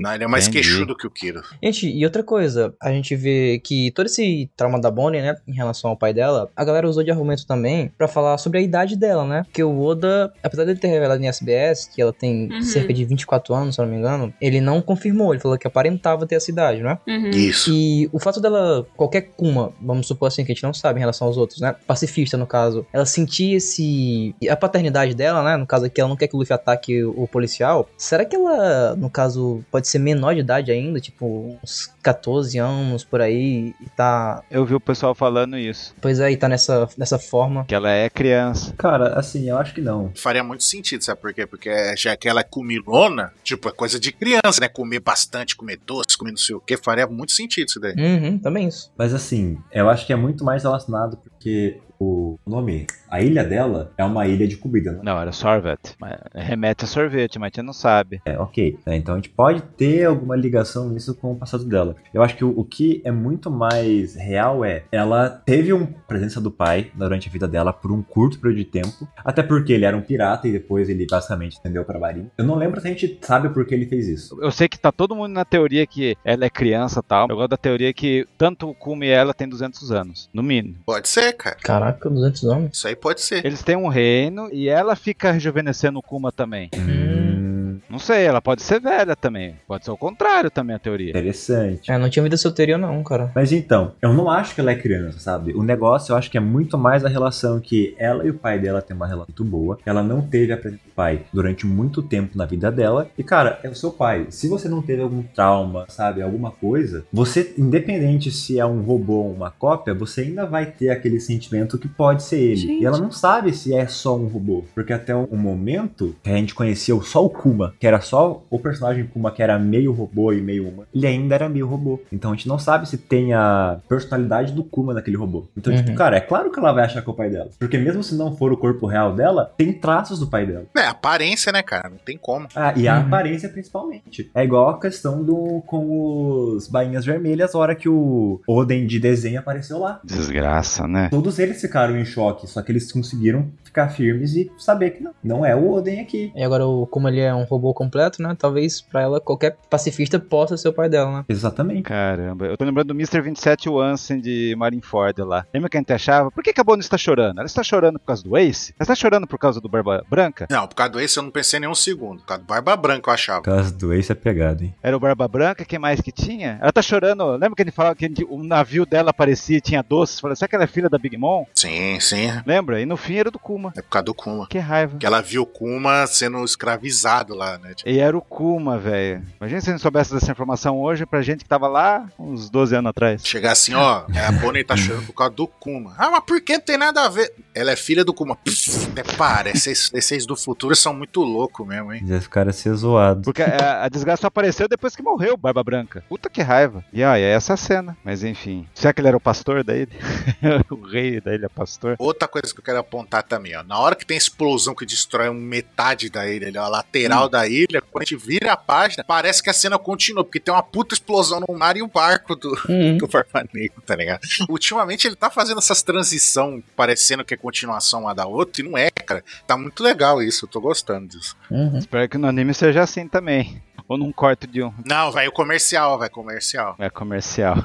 Speaker 2: Não, ele é mais
Speaker 1: Entendi.
Speaker 2: queixudo que o Kiro.
Speaker 5: Gente, e outra coisa, a gente vê que todo esse trauma da Bonnie, né, em relação ao pai dela, a galera usou de argumento também pra falar sobre a idade dela, né? Porque o Oda, apesar dele ter revelado em SBS que ela tem
Speaker 6: Uhum.
Speaker 5: cerca de 24 anos, se eu não me engano, ele não confirmou, ele falou que aparentava ter essa idade, né?
Speaker 6: Uhum.
Speaker 2: Isso.
Speaker 5: E o fato dela, qualquer Kuma, vamos supor assim, que a gente não sabe em relação aos outros, né? Pacifista, no caso, ela sentir esse. A paternidade dela, né? No caso aqui, ela não quer que o Luffy ataque o policial. Será que ela, no caso, pode ser menor de idade ainda? Tipo, uns 14 anos por aí e tá.
Speaker 1: Eu vi o pessoal falando isso,
Speaker 5: Pois é, e tá nessa, nessa forma.
Speaker 1: que ela é criança.
Speaker 3: Cara, assim, eu acho que não.
Speaker 2: Faria muito sentido, sabe por quê? Porque já que ela é comilona, tipo, é coisa de criança, né? Comer bastante, comer doce, comer não sei o quê, faria muito sentido isso daí.
Speaker 5: Uhum, também isso.
Speaker 3: Mas assim, eu acho que é muito mais relacionado porque o nome, a ilha dela é uma ilha de comida, né?
Speaker 1: Não, era sorvete. Mas Remete a sorvete, mas a gente não sabe.
Speaker 3: É, ok. né? Então a gente pode ter alguma ligação nisso com o passado dela. Eu acho que o, o que é muito mais real é ela teve uma presença do pai durante a vida dela por um curto período de tempo, até porque ele era um pirata e depois ele basicamente entendeu para Marinha. Eu não lembro se a gente sabe por que ele fez isso.
Speaker 1: Eu sei que tá todo mundo na teoria que ela é criança e tal. Eu gosto da teoria que tanto o Kuma e ela têm 200 anos, no mínimo.
Speaker 2: Pode ser, cara.
Speaker 5: Caraca, 200 anos.
Speaker 2: Isso aí pode ser.
Speaker 1: Eles têm um reino e ela fica rejuvenescendo o Kuma também.
Speaker 5: Hum.
Speaker 1: Não sei, ela pode ser velha também. Pode ser o contrário também a teoria.
Speaker 3: Interessante.
Speaker 5: É, não tinha vida solteira, não, cara.
Speaker 3: Mas então, eu não acho que ela é criança, sabe? O negócio eu acho que é muito mais a relação que ela e o pai dela têm uma relação muito boa. Ela não teve a presença do pai durante muito tempo na vida dela. E cara, é o seu pai. Se você não teve algum trauma, sabe? Alguma coisa, você, independente se é um robô ou uma cópia, você ainda vai ter aquele sentimento que pode ser ele.
Speaker 6: Gente.
Speaker 3: E ela não sabe se é só um robô. Porque até o momento que a gente conheceu só o Kuma, que era só o personagem Kuma que era meio robô e meio humano, ele ainda era meio robô. Então a gente não sabe se tem a personalidade do Kuma naquele robô. Então,
Speaker 5: Uhum.
Speaker 3: tipo, cara, é claro que ela vai achar que é o pai dela. Porque mesmo se não for o corpo real dela, tem traços do pai dela.
Speaker 2: É, aparência, né, cara? Não tem como.
Speaker 3: Ah, e a
Speaker 5: Uhum.
Speaker 3: aparência principalmente. É igual a questão do com os bainhas vermelhas, a hora que o Oden de desenho apareceu lá.
Speaker 1: Desgraça, né?
Speaker 3: Todos eles ficaram em choque, só que eles conseguiram ficar firmes e saber que não, não é o Oden aqui.
Speaker 5: E agora, o- como ele é um robô robô completo, né? Talvez pra ela qualquer pacifista possa ser o pai dela, né?
Speaker 3: Exatamente.
Speaker 1: Caramba, eu tô lembrando do Mr. 27 Wansen de Marineford lá. Lembra que a gente achava? Por que, que a Bonnie está chorando? Ela está chorando por causa do Ace? Ela está chorando por causa do Barba Branca?
Speaker 2: Não, por causa do Ace eu não pensei nem um segundo. Por causa do Barba Branca eu achava.
Speaker 3: Caso do Ace é pegado, hein?
Speaker 1: Era o Barba Branca, quem mais que tinha? Ela tá chorando. Lembra que ele falava que ele- o navio dela aparecia e tinha doces? Falou, será que ela é filha da Big Mom?
Speaker 2: Sim, sim. É
Speaker 1: Lembra? E no fim era do Kuma.
Speaker 2: por causa do Kuma.
Speaker 1: Que raiva.
Speaker 2: Que ela viu o Kuma sendo escravizado lá, né? Tipo,
Speaker 1: E era o Kuma, velho. Imagina se a gente soubesse dessa informação hoje pra gente que tava lá uns 12 anos atrás.
Speaker 2: Chegar assim, ó, a Bonnie tá chorando por causa do Kuma. Ah, mas por que não tem nada a ver? Ela é filha do Kuma. Pff, Até para, esses, esses do futuro são muito loucos mesmo, hein?
Speaker 3: Já ficaram ser zoados.
Speaker 1: Porque a, a desgraça só apareceu depois que morreu o Barba Branca. Puta que raiva. E ó, é essa a cena. Mas enfim. Será que ele era o pastor da ilha? o rei da ilha pastor?
Speaker 2: Outra coisa que eu quero apontar também, ó. Na hora que tem explosão que destrói um metade da ilha, ali, ó, a lateral da ilha, quando a gente vira a página, parece que a cena continua, porque tem uma puta explosão no mar e um barco do,
Speaker 5: Uhum.
Speaker 2: do Barba Negra, tá ligado? Ultimamente ele tá fazendo essas transição parecendo que é continuação uma da outra, e não é, cara. Tá muito legal isso, eu tô gostando disso.
Speaker 5: Uhum.
Speaker 1: Espero que no anime seja assim também. Ou num corte de um.
Speaker 2: Não, vai o comercial, vai comercial.
Speaker 1: É comercial.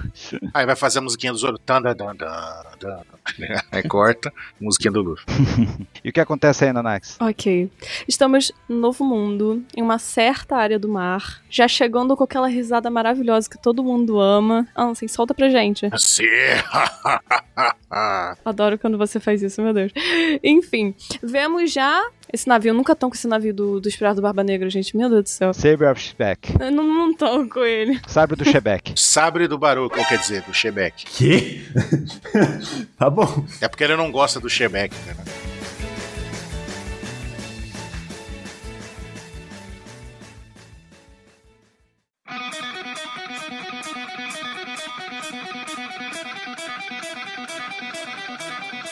Speaker 2: Aí vai fazer a musiquinha do Zoro. Tan, dan, dan, dan, dan. Aí corta, musiquinha do Luffy.
Speaker 1: E o que acontece aí, Nanax?
Speaker 4: Ok. Estamos no novo mundo, em uma certa área do mar, já chegando com aquela risada maravilhosa que todo mundo ama. Ah, assim, solta pra gente.
Speaker 2: Sim.
Speaker 4: Adoro quando você faz isso, meu Deus. Enfim, vemos já esse navio. Nunca tão com esse navio do, do Espiral do Barba Negra, gente. Meu Deus do céu.
Speaker 1: Saber of Shebek.
Speaker 4: Eu não, não tão com ele.
Speaker 1: Sabre do Shebek.
Speaker 2: Sabre do Baruco, quer dizer, do Shebeck.
Speaker 3: Que? tá bom.
Speaker 2: É porque ele não gosta do Shebeck, né?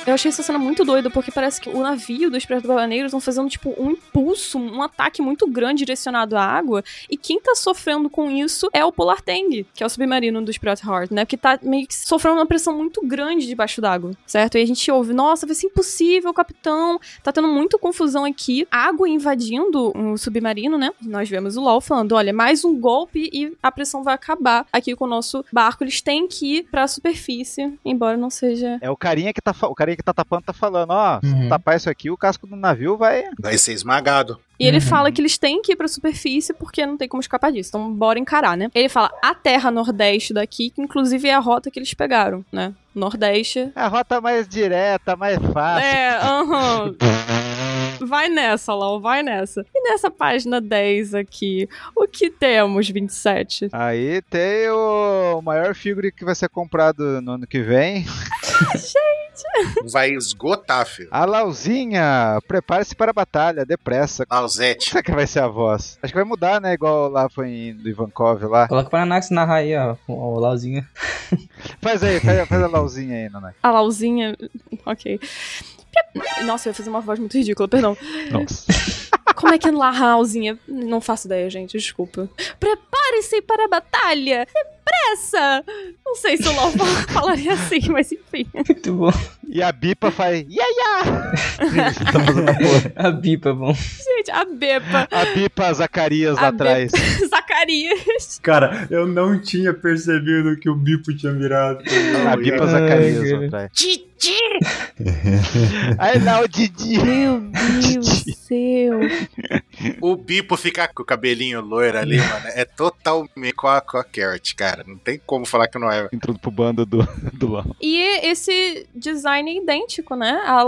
Speaker 4: Eu achei essa cena muito doida, porque parece que o navio do Espiral do Barba Negra estão fazendo, tipo, um impulso, um ataque muito grande direcionado à água. E quem tá sofrendo com isso é o Polar Tang, que é o submarino do Spirit Heart, né? Que tá meio que sofrendo uma pressão muito grande debaixo d'água, certo? E a gente ouve, nossa, vai ser impossível, capitão. Tá tendo muita confusão aqui. Água invadindo o submarino, né? Nós vemos o LOL falando, olha, mais um golpe e a pressão vai acabar aqui com o nosso barco. Eles têm que ir pra superfície, embora não seja...
Speaker 1: É o carinha que tá, fa- o carinha que tá tapando tá falando, ó, se
Speaker 5: Uhum.
Speaker 1: não tapar isso aqui, o casco do navio vai.
Speaker 2: Vai ser esmagado.
Speaker 4: E ele
Speaker 5: Uhum.
Speaker 4: fala que eles têm que ir pra superfície porque não tem como escapar disso. Então, bora encarar, né? Ele fala a terra nordeste daqui, que inclusive é a rota que eles pegaram, né? Nordeste.
Speaker 1: É a rota mais direta, mais fácil.
Speaker 4: É, aham. Vai nessa, Lau, vai nessa. E nessa página 10 aqui, o que temos, 27?
Speaker 1: Aí tem o maior figure que vai ser comprado no ano que vem.
Speaker 2: Vai esgotar, filho.
Speaker 1: A Lauzinha, prepare-se para a batalha, depressa.
Speaker 2: Lausete.
Speaker 1: Será que vai ser a voz? Acho que vai mudar, né? Igual lá foi em, do Ivankov lá.
Speaker 5: Coloca pra Anax narrar aí, ó, o Lauzinho.
Speaker 1: Faz aí, faz, faz a Lauzinha aí, Nanai.
Speaker 4: A Lauzinha. Ok. Nossa, eu ia fazer uma voz muito ridícula, perdão.
Speaker 1: Nossa.
Speaker 4: Como é que é lá, Raulzinha? Não faço ideia, gente, desculpa. Prepare-se para a batalha! Depressa! Não sei se o LOL fal- falaria assim, mas enfim.
Speaker 5: Muito bom.
Speaker 1: E a Bipa faz. Ia, ia!
Speaker 5: A bipa, bom.
Speaker 4: Gente, a Bepa,
Speaker 1: A Bipa Zacarias
Speaker 4: A
Speaker 1: lá
Speaker 4: Bipa.
Speaker 1: atrás.
Speaker 4: Zacarias.
Speaker 3: Cara, eu não tinha percebido que o bipo tinha virado.
Speaker 1: A Bipa
Speaker 5: Ai,
Speaker 1: Zacarias
Speaker 5: cara.
Speaker 1: lá atrás. Didi! Aí lá o Didi.
Speaker 4: Meu Deus do céu.
Speaker 2: O Bipo ficar com o cabelinho loiro ali, mano, é totalmente com a, com a Carrot, cara. Não tem como falar que não é.
Speaker 1: Entrando pro bando do, do LOL.
Speaker 4: E esse design é idêntico, né? A,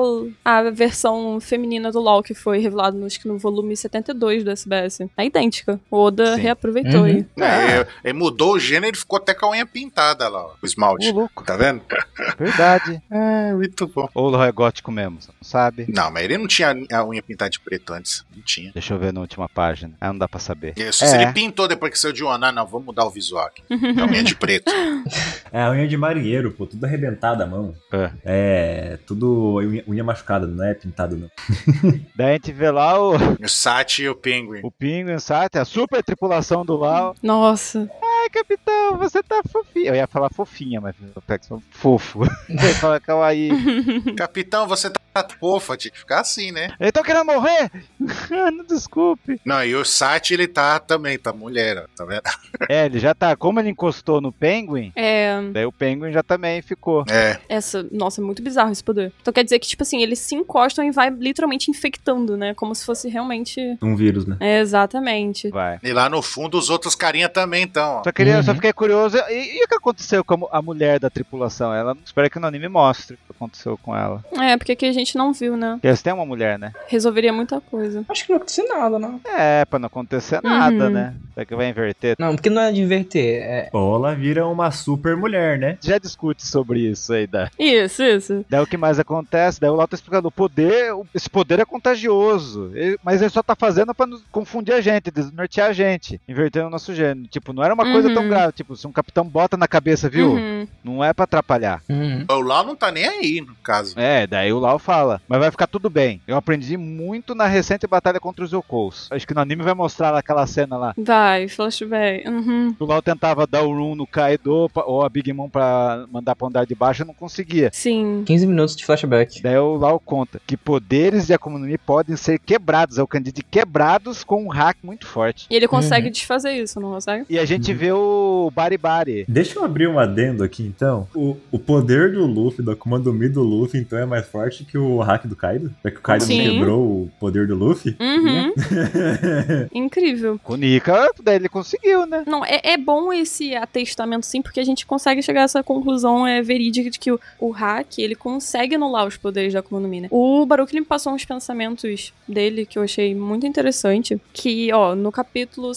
Speaker 4: a versão feminina do LOL que foi revelado no, acho que no volume 72 do SBS. É idêntica. O Oda
Speaker 1: Sim.
Speaker 4: reaproveitou
Speaker 5: Uhum.
Speaker 4: aí.
Speaker 2: É, ele- ele mudou o gênero e ficou até com a unha pintada lá, ó, o
Speaker 1: Ô,
Speaker 2: esmalte.
Speaker 1: louco.
Speaker 2: Tá vendo?
Speaker 1: Verdade.
Speaker 2: É, muito bom.
Speaker 1: Ou o é gótico mesmo, você não sabe?
Speaker 2: Não, mas ele não tinha a unha pintada de preto antes. Não tinha.
Speaker 1: Deixa eu ver na última página. Ah, não dá pra saber.
Speaker 2: Isso,
Speaker 1: É.
Speaker 2: se ele pintou depois que saiu de Oná, Ah, não, vamos mudar o visual aqui. É a unha de preto.
Speaker 3: É a unha de marinheiro, pô, tudo arrebentada a mão.
Speaker 1: É.
Speaker 3: É, tudo unha, unha machucada, não é pintado, não.
Speaker 1: Daí a gente vê lá o,
Speaker 2: O Sati e o Penguin.
Speaker 1: o Penguin, sabe? A super tripulação do Lau.
Speaker 4: Nossa.
Speaker 1: Ai, capitão, você tá fofinha. Eu ia falar fofinha, mas eu pego só fofo. Ele fala é kawaii.
Speaker 2: Capitão, você tá Pô, tinha que ficar assim, né?
Speaker 1: Eles estão querendo morrer? Ah, não desculpe.
Speaker 2: Não, e o Sati, ele tá também, tá mulher, ó, tá vendo?
Speaker 1: É, ele já tá. Como ele encostou no Penguin,
Speaker 4: É,
Speaker 1: daí o Penguin já também ficou.
Speaker 2: É,
Speaker 4: essa. Nossa, é muito bizarro esse poder. Então quer dizer que, tipo assim, eles se encostam e vai literalmente infectando, né? Como se fosse realmente.
Speaker 3: Um vírus, né?
Speaker 4: É, exatamente.
Speaker 1: Vai.
Speaker 2: e lá no fundo os outros carinha também então, ó.
Speaker 1: Só queria,
Speaker 5: Uhum.
Speaker 1: só fiquei curioso. E, e o que aconteceu com a mu- a mulher da tripulação? Ela espero que no anime mostre o que aconteceu com ela.
Speaker 4: É, porque aqui a gente não viu, né?
Speaker 1: Porque eles têm uma mulher, né?
Speaker 4: Resolveria muita coisa.
Speaker 5: Acho que não aconteceu nada, não.
Speaker 1: É, pra não acontecer nada,
Speaker 4: Uhum.
Speaker 1: né? Será que vai inverter?
Speaker 5: Não, porque não é de inverter. É...
Speaker 3: Ou ela vira uma super mulher, né?
Speaker 1: Já discute sobre isso aí, da.
Speaker 4: Isso, isso.
Speaker 1: Daí o que mais acontece? Daí o Lau tá explicando, o poder, o- esse poder é contagioso, Ele- mas ele só tá fazendo pra nos confundir a gente, desnortear a gente, invertendo o nosso gênero. Tipo, não era uma coisa
Speaker 4: Uhum.
Speaker 1: tão grave, tipo, se um capitão bota na cabeça, viu?
Speaker 4: Uhum.
Speaker 1: Não é pra atrapalhar.
Speaker 5: Uhum.
Speaker 2: O Lau não tá nem aí, no caso.
Speaker 1: É, daí o Lau fala, mas vai ficar tudo bem. Eu aprendi muito na recente batalha contra os Yokos. Acho que no anime vai mostrar lá aquela cena lá.
Speaker 4: Vai, flashback. Uhum.
Speaker 1: O Lau tentava dar o run no Kaido pra- ou a Big Mom pra mandar pra andar de baixo e não conseguia.
Speaker 4: Sim.
Speaker 5: 15 minutos de flashback.
Speaker 1: Daí o Lau conta que poderes de Akuma no Mi podem ser quebrados, é o Candide quebrados com um hack muito forte.
Speaker 4: E ele consegue
Speaker 5: Uhum.
Speaker 4: desfazer isso, não consegue?
Speaker 1: E a gente vê o Bari Bari.
Speaker 3: Deixa eu abrir um adendo aqui, então. O, o poder do Luffy, da Akuma no Mi do Luffy, então é mais forte que o hack do Kaido? É que o Kaido
Speaker 4: Sim.
Speaker 3: não quebrou o poder do Luffy?
Speaker 4: Uhum. Incrível.
Speaker 1: Com o Nika, daí ele conseguiu, né?
Speaker 4: Não, é, é bom esse atestamento, sim, porque a gente consegue chegar a essa conclusão é, verídica de que o, o hack, ele consegue anular os poderes da Akuma no Mi, né? O Baruch, ele me passou uns pensamentos dele que eu achei muito interessante, que, ó, no capítulo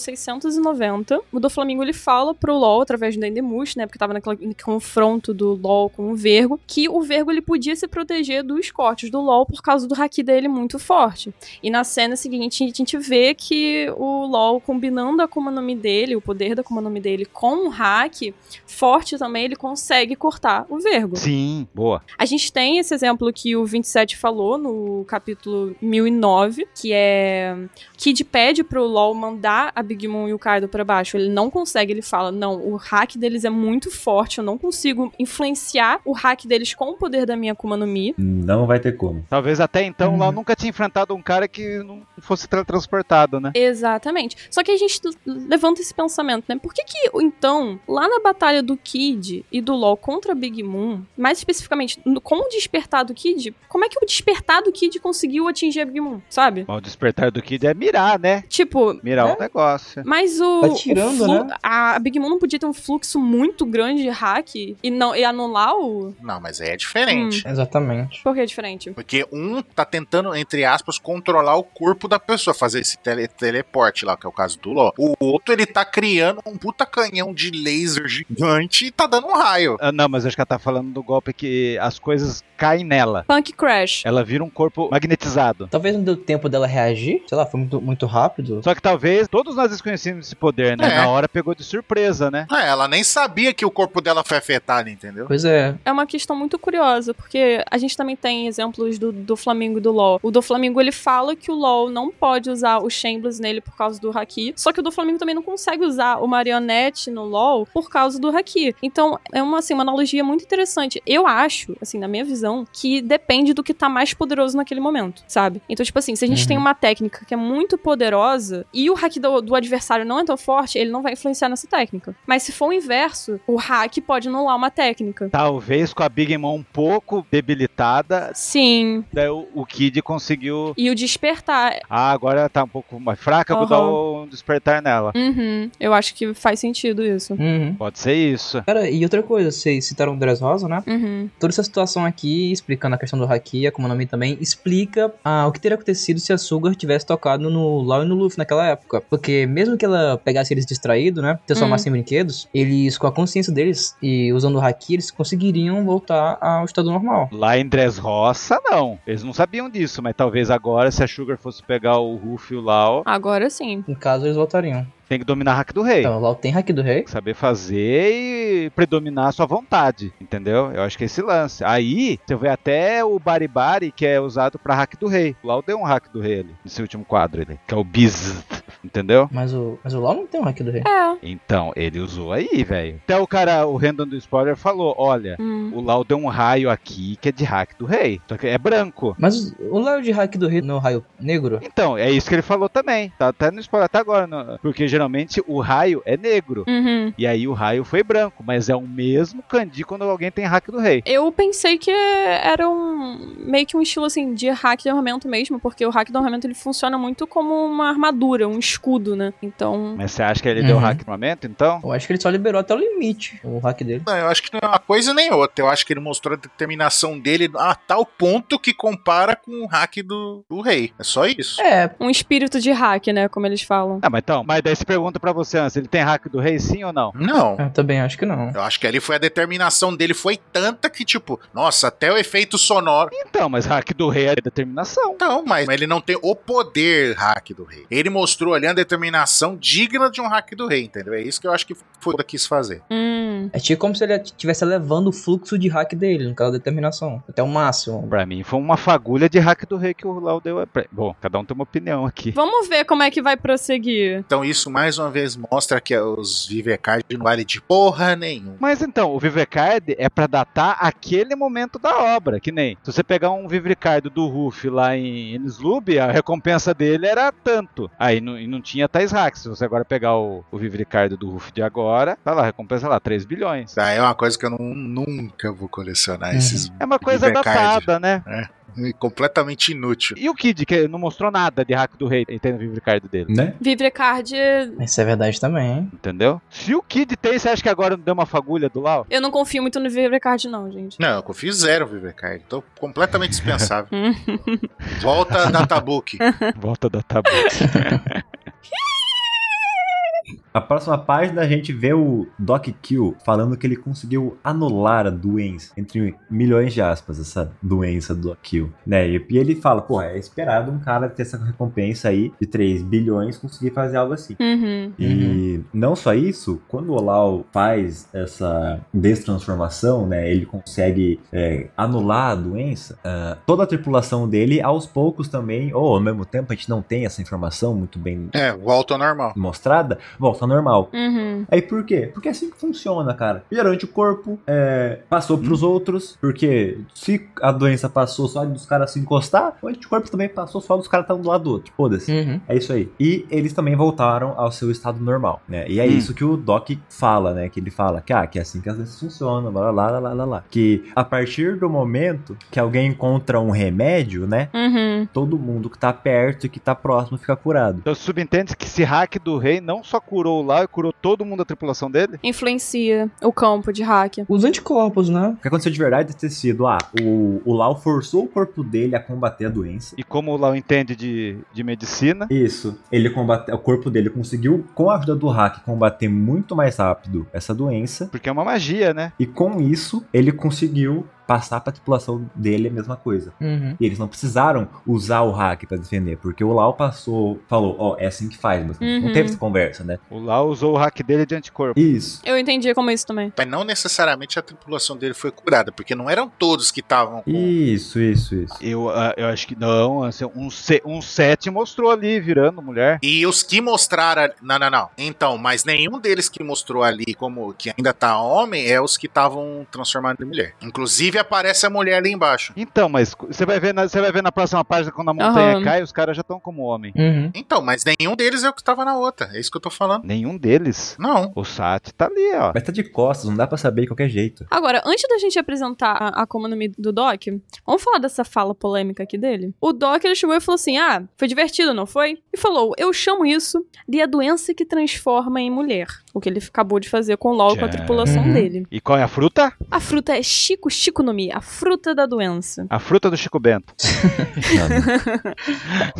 Speaker 4: 690, o do Flamengo, ele fala pro LoL, através do Endemush, né, porque tava naquela- naquele confronto do LoL com o Vergo, que o Vergo, ele podia se proteger dos cortes do LoL por causa do haki dele muito forte. E na cena seguinte, a gente vê que o LoL combinando a Akuma no Mi dele, o poder da Akuma no Mi dele com o hack forte também, ele consegue cortar o vergo.
Speaker 1: Sim, boa.
Speaker 4: A gente tem esse exemplo que o 27 falou no capítulo 1009, que é Kid pede pro LoL mandar a Big Mom e o Kaido pra baixo. Ele não consegue, ele fala: "Não, o hack deles é muito forte, eu não consigo influenciar o hack deles com o poder da minha Akuma no Mi".
Speaker 3: Não vai ter como.
Speaker 1: Talvez até então
Speaker 5: Uhum.
Speaker 1: o Lau nunca tinha enfrentado um cara que não fosse teletransportado, né?
Speaker 4: Exatamente. Só que a gente levanta esse pensamento, né? Por que que, então, lá na batalha do Kid e do LoL contra a Big Moon, mais especificamente, no- com o despertar do Kid, como é que o despertar do Kid conseguiu atingir a Big Moon, sabe?
Speaker 1: Mas o despertar do Kid é mirar, né?
Speaker 4: Tipo...
Speaker 1: Mirar o negócio.
Speaker 4: Mas o.
Speaker 5: Tá tirando,
Speaker 4: o flu-
Speaker 5: né?
Speaker 4: A Big Moon não podia ter um fluxo muito grande de hack e, não, e anular o.
Speaker 2: Não, mas aí é
Speaker 5: Hum.
Speaker 2: diferente.
Speaker 5: Exatamente.
Speaker 4: Por que é diferente?
Speaker 2: Porque um tá tentando, entre aspas, controlar o corpo da pessoa, fazer esse tele- teleporte lá, que é o caso do Ló. O outro, ele tá criando um puta canhão de laser gigante e tá dando um raio.
Speaker 1: Ah, não, mas acho que ela tá falando do golpe que as coisas caem nela.
Speaker 4: Punk Crash.
Speaker 1: Ela vira um corpo magnetizado.
Speaker 5: Talvez não deu tempo dela reagir. Sei lá, foi muito, muito rápido.
Speaker 1: Só que talvez todos nós desconhecemos esse poder, né?
Speaker 2: É.
Speaker 1: Na hora pegou de surpresa, né?
Speaker 2: É, ela nem sabia que o corpo dela foi afetado, entendeu?
Speaker 5: Pois é.
Speaker 4: é uma questão muito curiosa, porque a gente também tem exemplos do, do Flamengo e do LoL. O do Flamengo ele fala que o LoL não pode usar o Shambles nele por causa do Haki, só que o do Flamengo também não consegue usar o Marionete no LoL por causa do Haki. Então, é uma, assim, uma analogia muito interessante. Eu acho, assim, na minha visão, que depende do que tá mais poderoso naquele momento, sabe? Então, tipo assim, se a gente
Speaker 5: Uhum.
Speaker 4: tem uma técnica que é muito poderosa e o hack do, do adversário não é tão forte, ele não vai influenciar nessa técnica. Mas se for o inverso, o hack pode anular uma técnica.
Speaker 1: Talvez com a Big Mom um pouco debilitada,
Speaker 4: Sim,
Speaker 1: daí o, o Kid conseguiu.
Speaker 4: e o despertar.
Speaker 1: Ah, agora ela tá um pouco mais fraca, vou
Speaker 4: Aham.
Speaker 1: dar um despertar nela.
Speaker 4: Uhum, eu acho que faz sentido isso.
Speaker 5: Uhum.
Speaker 1: Pode ser isso.
Speaker 5: Cara, e outra coisa, vocês citaram o Dressrosa, né?
Speaker 4: Uhum.
Speaker 5: Toda essa situação aqui, explicando a questão do Haki, a Akuma no Mi também, explica ah, o que teria acontecido se a Sugar tivesse tocado no Lau e no Luffy naquela época. Porque mesmo que ela pegasse eles distraídos, né? Transformasse em brinquedos, eles, com a consciência deles e usando o Haki, eles conseguiriam voltar ao estado normal.
Speaker 1: Lá em Dressrosa, não. Eles não sabiam disso, mas talvez agora, se a Sugar fosse pegar o Ruff e o Lau,
Speaker 4: Agora sim.
Speaker 5: No caso, eles voltariam.
Speaker 1: Tem que dominar hack do rei.
Speaker 5: Então, lá tem hack do rei.
Speaker 1: Saber fazer e predominar a sua vontade, entendeu? Eu acho que é esse lance. Aí, você vê até o Baribari, que é usado pra hack do rei. O Lau deu um hack do rei ali, nesse último quadro ali, que é o Biz, entendeu?
Speaker 5: Mas o, mas o LoL não tem um hack do rei.
Speaker 4: É.
Speaker 1: Então, ele usou aí, velho. Até o cara, o Random do Spoiler, falou, olha,
Speaker 6: Hum.
Speaker 1: o Lau deu um raio aqui que é de hack do rei, só que é branco.
Speaker 5: Mas o LoL de hack do rei no raio negro?
Speaker 1: Então, é isso que ele falou também. Tá até no spoiler até agora. no- Porque geralmente o raio é negro.
Speaker 6: Uhum.
Speaker 1: E aí o raio foi branco. Mas é o mesmo candi quando alguém tem hack do rei.
Speaker 4: Eu pensei que era um meio que um estilo assim de hack de armamento mesmo, porque o hack de armamento ele funciona muito como uma armadura, um escudo, né? Então,
Speaker 1: Mas você acha que ele deu
Speaker 5: Uhum.
Speaker 1: hack no momento, então?
Speaker 5: Eu acho que ele só liberou até o limite o hack dele.
Speaker 2: Não, eu acho que não é uma coisa nem outra. Eu acho que ele mostrou a determinação dele a tal ponto que compara com o hack do, do rei. É só isso.
Speaker 5: É,
Speaker 4: um espírito de hack, né, como eles falam.
Speaker 1: Ah, mas então. Mas daí se pergunta pra você, Anson, ele tem hack do rei sim ou não?
Speaker 2: Não.
Speaker 5: eu também acho que não.
Speaker 2: Eu acho que ali foi a determinação dele, foi tanta que, tipo, nossa, até o efeito sonoro.
Speaker 1: Então, mas hack do rei é determinação.
Speaker 2: Então, mas ele não tem o poder hack do rei. Ele mostrou ali a determinação digna de um hack do rei, entendeu? É isso que eu acho que foi quis fazer.
Speaker 4: Hum.
Speaker 5: É tipo como se ele estivesse elevando o fluxo de hack dele, no caso da determinação, até o máximo.
Speaker 1: Pra mim foi uma fagulha de hack do rei que o Lau deu. pra- Bom, cada um tem uma opinião aqui.
Speaker 4: Vamos ver como é que vai prosseguir.
Speaker 2: Então, isso mais uma vez mostra que os Vivecard não vale de porra nenhuma.
Speaker 1: Mas então, o Vivecard é pra datar aquele momento da obra, que nem. Se você pegar um Vivecard do Ruff lá em Enslub, a recompensa dele era tanto. Aí não, e não tinha tais hacks. Se você agora pegar o, o Vivecard do Ruff de agora, tá lá, recompensa lá, 3 bilhões.
Speaker 2: Ah, é uma coisa que eu não- nunca vou colecionar
Speaker 5: Uhum.
Speaker 2: esses.
Speaker 1: É uma coisa
Speaker 2: Vivecard.
Speaker 1: datada, né?
Speaker 2: Completamente inútil.
Speaker 1: E o Kid, que não mostrou nada de hack do rei, e tem no Vivecard dele,
Speaker 3: Né?
Speaker 4: Vivrecard,
Speaker 5: Isso é verdade também, hein?
Speaker 1: entendeu? Se o Kid tem, você acha que agora não deu uma fagulha do Lau?
Speaker 4: eu não confio muito no Vivrecard não, gente.
Speaker 2: Não, eu confio zero, Vivecard. Tô completamente dispensável. Volta da Tabuki.
Speaker 1: Volta da tabela.
Speaker 3: A próxima página a gente vê o Doc Kill falando que ele conseguiu anular a doença, entre milhões de aspas, essa doença do Doc Kill. Né? E e ele fala, pô, é esperado um cara ter essa recompensa aí de 3 bilhões conseguir fazer algo assim.
Speaker 4: Uhum.
Speaker 3: E não só isso, quando o Olau faz essa destransformação, né, ele consegue é, anular a doença, ah, toda a tripulação dele, aos poucos também, ou ao mesmo tempo, a gente não tem essa informação muito bem
Speaker 2: É, volta ao normal.
Speaker 3: mostrada, volta ao normal.
Speaker 4: Uhum.
Speaker 3: Aí por quê? Porque é assim que funciona, cara. Geralmente o corpo é, passou pros outros, porque se a doença passou só dos caras se encostar, o anticorpo também passou só dos caras estar um do lado do outro. Foda-se.
Speaker 5: Uhum.
Speaker 3: É isso aí. E eles também voltaram ao seu estado normal, né? E é
Speaker 1: Hum.
Speaker 3: isso que o Doc fala, né? Que ele fala que, ah, que é assim que as doenças funcionam, lá, lá, lá, lá, lá, lá. Que a partir do momento que alguém encontra um remédio, né?
Speaker 4: Uhum.
Speaker 3: Todo mundo que tá perto e que tá próximo fica curado.
Speaker 1: Então subentende que esse hack do rei não só curou o Lau e curou todo mundo da tripulação dele?
Speaker 4: Influencia o campo de hack.
Speaker 5: Os anticorpos, né?
Speaker 3: O que aconteceu de verdade deve ter sido, ah, o, o Lau forçou o corpo dele a combater a doença.
Speaker 1: E como o Lau entende de, de medicina,
Speaker 3: Isso. Ele combate, o corpo dele conseguiu, com a ajuda do hack, combater muito mais rápido essa doença.
Speaker 1: porque é uma magia, né?
Speaker 3: E com isso, ele conseguiu passar pra tripulação dele a mesma coisa.
Speaker 5: Uhum.
Speaker 3: E eles não precisaram usar o hack pra defender, porque o Lau passou, falou, ó, é assim que faz, mas
Speaker 4: Uhum.
Speaker 3: não teve essa conversa, né?
Speaker 1: O Lau usou o hack dele de anticorpo.
Speaker 3: Isso.
Speaker 4: Eu entendi como é isso também.
Speaker 2: Mas não necessariamente a tripulação dele foi curada, porque não eram todos que estavam com.
Speaker 3: Isso, isso, isso.
Speaker 1: Eu, ah, eu acho que não, assim, um, se- um sete mostrou ali, virando mulher.
Speaker 2: E os que mostraram. ali- Não, não, não. Então, mas nenhum deles que mostrou ali como que ainda tá homem é os que estavam transformados em mulher. Inclusive aparece a mulher ali embaixo.
Speaker 1: Então, mas cu- você vai ver na, você vai ver na próxima página quando a montanha
Speaker 4: Aham.
Speaker 1: cai, os caras já estão como homem.
Speaker 5: Uhum.
Speaker 2: Então, mas nenhum deles é o que tava na outra. É isso que eu tô falando.
Speaker 1: Nenhum deles.
Speaker 2: Não.
Speaker 1: O Sat tá ali, ó.
Speaker 3: Mas tá de costas, não dá pra saber de qualquer jeito.
Speaker 4: Agora, antes da gente apresentar a, a Akuma no Mi do Doc, vamos falar dessa fala polêmica aqui dele? O Doc, ele chegou e falou assim, ah, foi divertido, não foi? E falou, eu chamo isso de a doença que transforma em mulher. O que ele acabou de fazer com o LOL, com a
Speaker 1: Já.
Speaker 4: tripulação
Speaker 5: Uhum.
Speaker 4: dele.
Speaker 1: E qual é a fruta?
Speaker 4: A fruta é Chico Chico Chico no Mi, a fruta da doença.
Speaker 1: A fruta do Chico Bento.
Speaker 3: Não,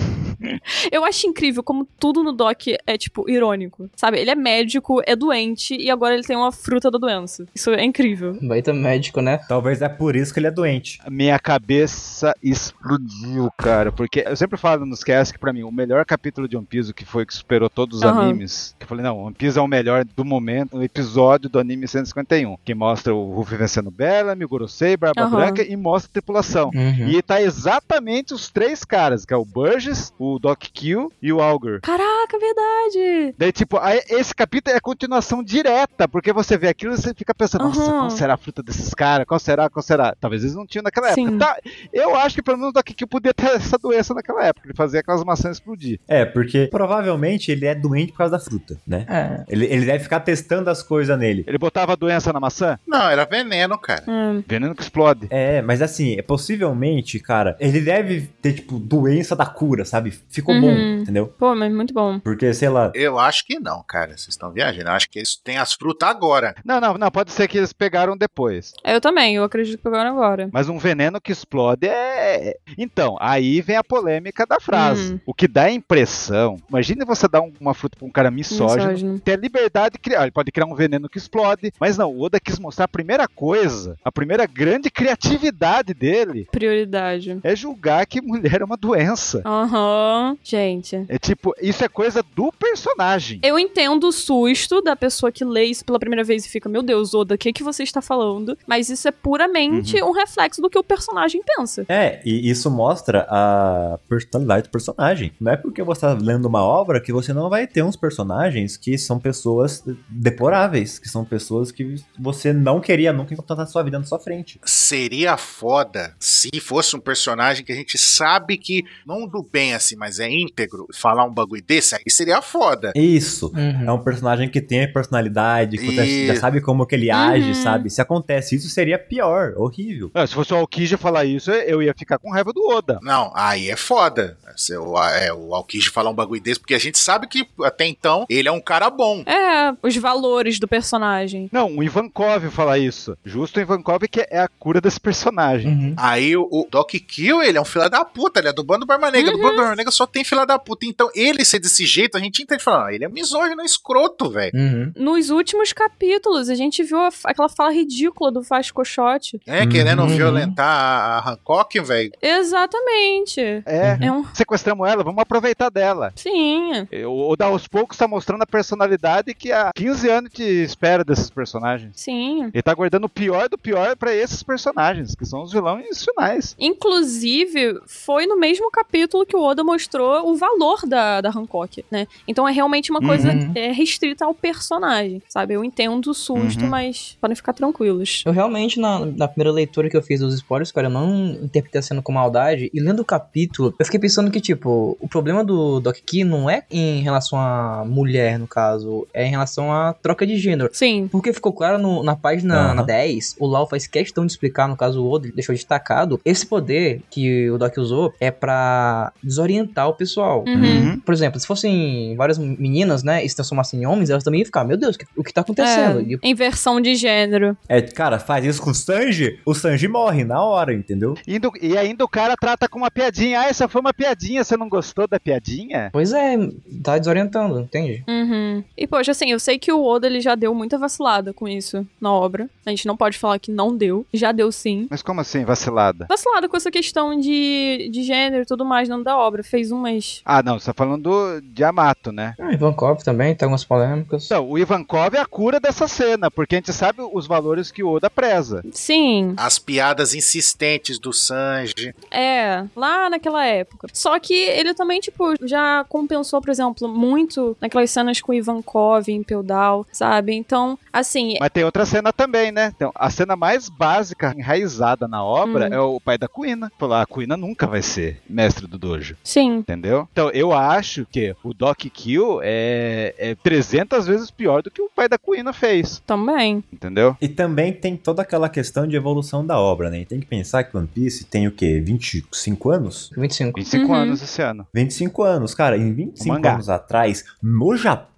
Speaker 4: Eu acho incrível como tudo no Doc é, tipo, irônico. Sabe? Ele é médico, é doente e agora ele tem uma fruta da doença. Isso é incrível.
Speaker 5: Baita médico, né?
Speaker 3: Talvez é por isso que ele é doente.
Speaker 1: A Minha cabeça explodiu, cara. Porque eu sempre falo nos casts que, pra mim, o melhor capítulo de One Piece, o que foi que superou todos os
Speaker 4: Aham.
Speaker 1: animes, que eu falei, não, One Piece é o melhor do momento, o episódio do anime 151, que mostra o Ruffy vencendo Bellamy, o Gorosei, Barba
Speaker 4: Aham.
Speaker 1: Branca e mostra a tripulação.
Speaker 5: Uhum.
Speaker 1: E tá exatamente os três caras, que é o Burgess, o Doc Kill e o Augur.
Speaker 4: Caraca, é verdade!
Speaker 1: Daí, tipo, aí esse capítulo é a continuação direta, porque você vê aquilo e você fica pensando, nossa,
Speaker 4: Aham.
Speaker 1: qual será a fruta desses caras? Qual será? Qual será? Talvez eles não tinham naquela
Speaker 4: Sim.
Speaker 1: época. Tá, eu acho que pelo menos o Doc Kill podia ter essa doença naquela época, de fazer aquelas maçãs explodir.
Speaker 3: É, porque provavelmente ele é doente por causa da fruta, né?
Speaker 5: É.
Speaker 3: Ele, ele deve ficar testando as coisas nele.
Speaker 1: Ele botava a doença na maçã,
Speaker 2: Não, era veneno, cara.
Speaker 4: Hum.
Speaker 1: veneno que explode.
Speaker 3: É, mas assim, é possivelmente, cara, ele deve ter, tipo, doença da cura, sabe? Ficou bom,
Speaker 4: Uhum.
Speaker 3: entendeu?
Speaker 4: Pô, mas muito bom.
Speaker 3: Porque, sei lá,
Speaker 2: Eu acho que não, cara. Vocês estão viajando. Eu acho que eles têm as frutas agora.
Speaker 1: Não, não, não, pode ser que eles pegaram depois.
Speaker 4: É, Eu também, eu acredito que pegaram agora.
Speaker 1: Mas um veneno que explode é. Então, aí vem a polêmica da
Speaker 4: Hum.
Speaker 1: frase. O que dá a impressão. Imagina você dar um- uma fruta pra um cara misógino.
Speaker 4: Misógino.
Speaker 1: Tem a liberdade de criar. Ele pode criar um veneno que explode. Mas não, o Oda quis mostrar a primeira coisa, a primeira grande criatividade dele
Speaker 4: Prioridade.
Speaker 1: é julgar que mulher é uma doença.
Speaker 4: Aham. Gente.
Speaker 1: É tipo, isso é coisa do personagem.
Speaker 4: Eu entendo o susto da pessoa que lê isso pela primeira vez e fica, meu Deus, Oda, o que, que você está falando? Mas isso é puramente um reflexo do que o personagem pensa.
Speaker 3: É, e isso mostra a personalidade do personagem. Não é porque você tá lendo uma obra que você não vai ter uns personagens que são pessoas deploráveis, que são pessoas que você não queria nunca encontrar na sua vida na sua frente.
Speaker 2: Seria foda se fosse um personagem que a gente sabe que, não do bem assim, mas é íntegro, falar um bagulho desse, aí seria foda.
Speaker 3: Isso.
Speaker 5: Uhum.
Speaker 3: É um personagem que tem personalidade, que você já
Speaker 2: Isso.
Speaker 3: sabe como que ele
Speaker 4: Uhum.
Speaker 3: age, sabe? Se acontece isso, seria pior, horrível.
Speaker 1: Ah, se fosse o Alkija falar isso, eu ia ficar com raiva do Oda.
Speaker 2: Não, aí é foda. Se o, é, o Alquiche falar um bagulho desse, porque a gente sabe que até então ele é um cara bom.
Speaker 4: É, os valores do personagem.
Speaker 1: Não, o Ivankov falar isso. Justo o Ivankov que é a cura desse personagem.
Speaker 5: Uhum.
Speaker 2: Aí o, o Doc Kill, ele é um fila da puta, ele é do bando do Barba Negra. Do bando do Barba Negra só tem fila da puta. Então ele ser desse jeito, a gente entende falando, ele é misógino, é escroto, velho.
Speaker 5: Uhum.
Speaker 4: Nos últimos capítulos, a gente viu a- aquela fala ridícula do Vascochote.
Speaker 2: É, querendo
Speaker 5: Uhum.
Speaker 2: violentar a, a Hancock, velho.
Speaker 4: Exatamente.
Speaker 1: É.
Speaker 4: É um.
Speaker 1: Sequestramos ela, vamos aproveitar dela.
Speaker 4: Sim.
Speaker 1: O Oda aos poucos tá mostrando a personalidade que há 15 anos de espera desses personagens.
Speaker 4: Sim.
Speaker 1: Ele tá guardando o pior do pior pra esses personagens, que são os vilões finais.
Speaker 4: Inclusive, foi no mesmo capítulo que o Oda mostrou o valor da, da Hancock, né? Então é realmente uma coisa
Speaker 5: Uhum.
Speaker 4: é, restrita ao personagem, sabe? Eu entendo o susto,
Speaker 1: Uhum.
Speaker 4: mas podem ficar tranquilos.
Speaker 5: Eu realmente, na, na primeira leitura que eu fiz dos spoilers, cara, eu não interpretei a cena com maldade. E lendo o capítulo, eu fiquei pensando que, tipo, o problema do Doc Key não é em relação à mulher, no caso, é em relação à troca de gênero.
Speaker 4: Sim.
Speaker 5: Porque ficou claro no- na página
Speaker 3: Aham.
Speaker 5: na 10, o Lau faz questão de explicar, no caso o Odo deixou destacado, esse poder que o Doc usou é pra desorientar o pessoal.
Speaker 4: Uhum.
Speaker 5: Por exemplo, se fossem várias meninas, né, e se transformassem em homens, elas também iam ficar, meu Deus, o que- o que tá acontecendo? E o-
Speaker 4: É, inversão de gênero.
Speaker 3: É, cara, faz isso com o Sanji, o Sanji morre na hora, entendeu?
Speaker 1: E, ainda- e ainda o cara trata com uma piadinha. Ah, essa foi uma piadinha, você não gostou da piadinha?
Speaker 5: Pois é, tá desorientando, entende?
Speaker 4: Uhum. E, poxa, assim, eu sei que o Oda ele já deu muita vacilada com isso na obra. A gente não pode falar que não deu. Já deu sim.
Speaker 1: Mas como assim, vacilada?
Speaker 4: Vacilada com essa questão de, de gênero e tudo mais dentro da obra. Fez umas.
Speaker 1: Ah, não, você tá falando do- de Amato, né?
Speaker 5: Ah, Ivan Corp também, tem algumas polêmicas.
Speaker 1: Então, o Ivankov é a cura dessa cena, porque a gente sabe os valores que o Oda preza.
Speaker 4: Sim.
Speaker 2: As piadas insistentes do Sanji.
Speaker 4: É, lá naquela época. Só que ele também, tipo, já compensou, por exemplo, muito naquelas cenas com Ivankov em Peudal, sabe? Então, assim.
Speaker 1: Mas tem outra cena também, né? Então, a cena mais básica, enraizada na obra,
Speaker 4: Hum.
Speaker 1: é o pai da Kuina. Falar, "Ah, a Kuina nunca vai ser mestre do dojo,
Speaker 4: Sim.
Speaker 1: entendeu? Então, eu acho que o Doc Kill é, é 300 vezes pior do que o pai da Kuina fez,
Speaker 4: Também.
Speaker 1: entendeu?
Speaker 3: E também tem toda aquela questão de evolução da obra, né? E tem que pensar que One Piece tem o quê? 25 anos?
Speaker 5: 25.
Speaker 1: 25
Speaker 4: Uhum.
Speaker 1: anos esse ano.
Speaker 3: 25 anos, cara. Em 25
Speaker 1: Mangá.
Speaker 3: anos atrás, no Japão,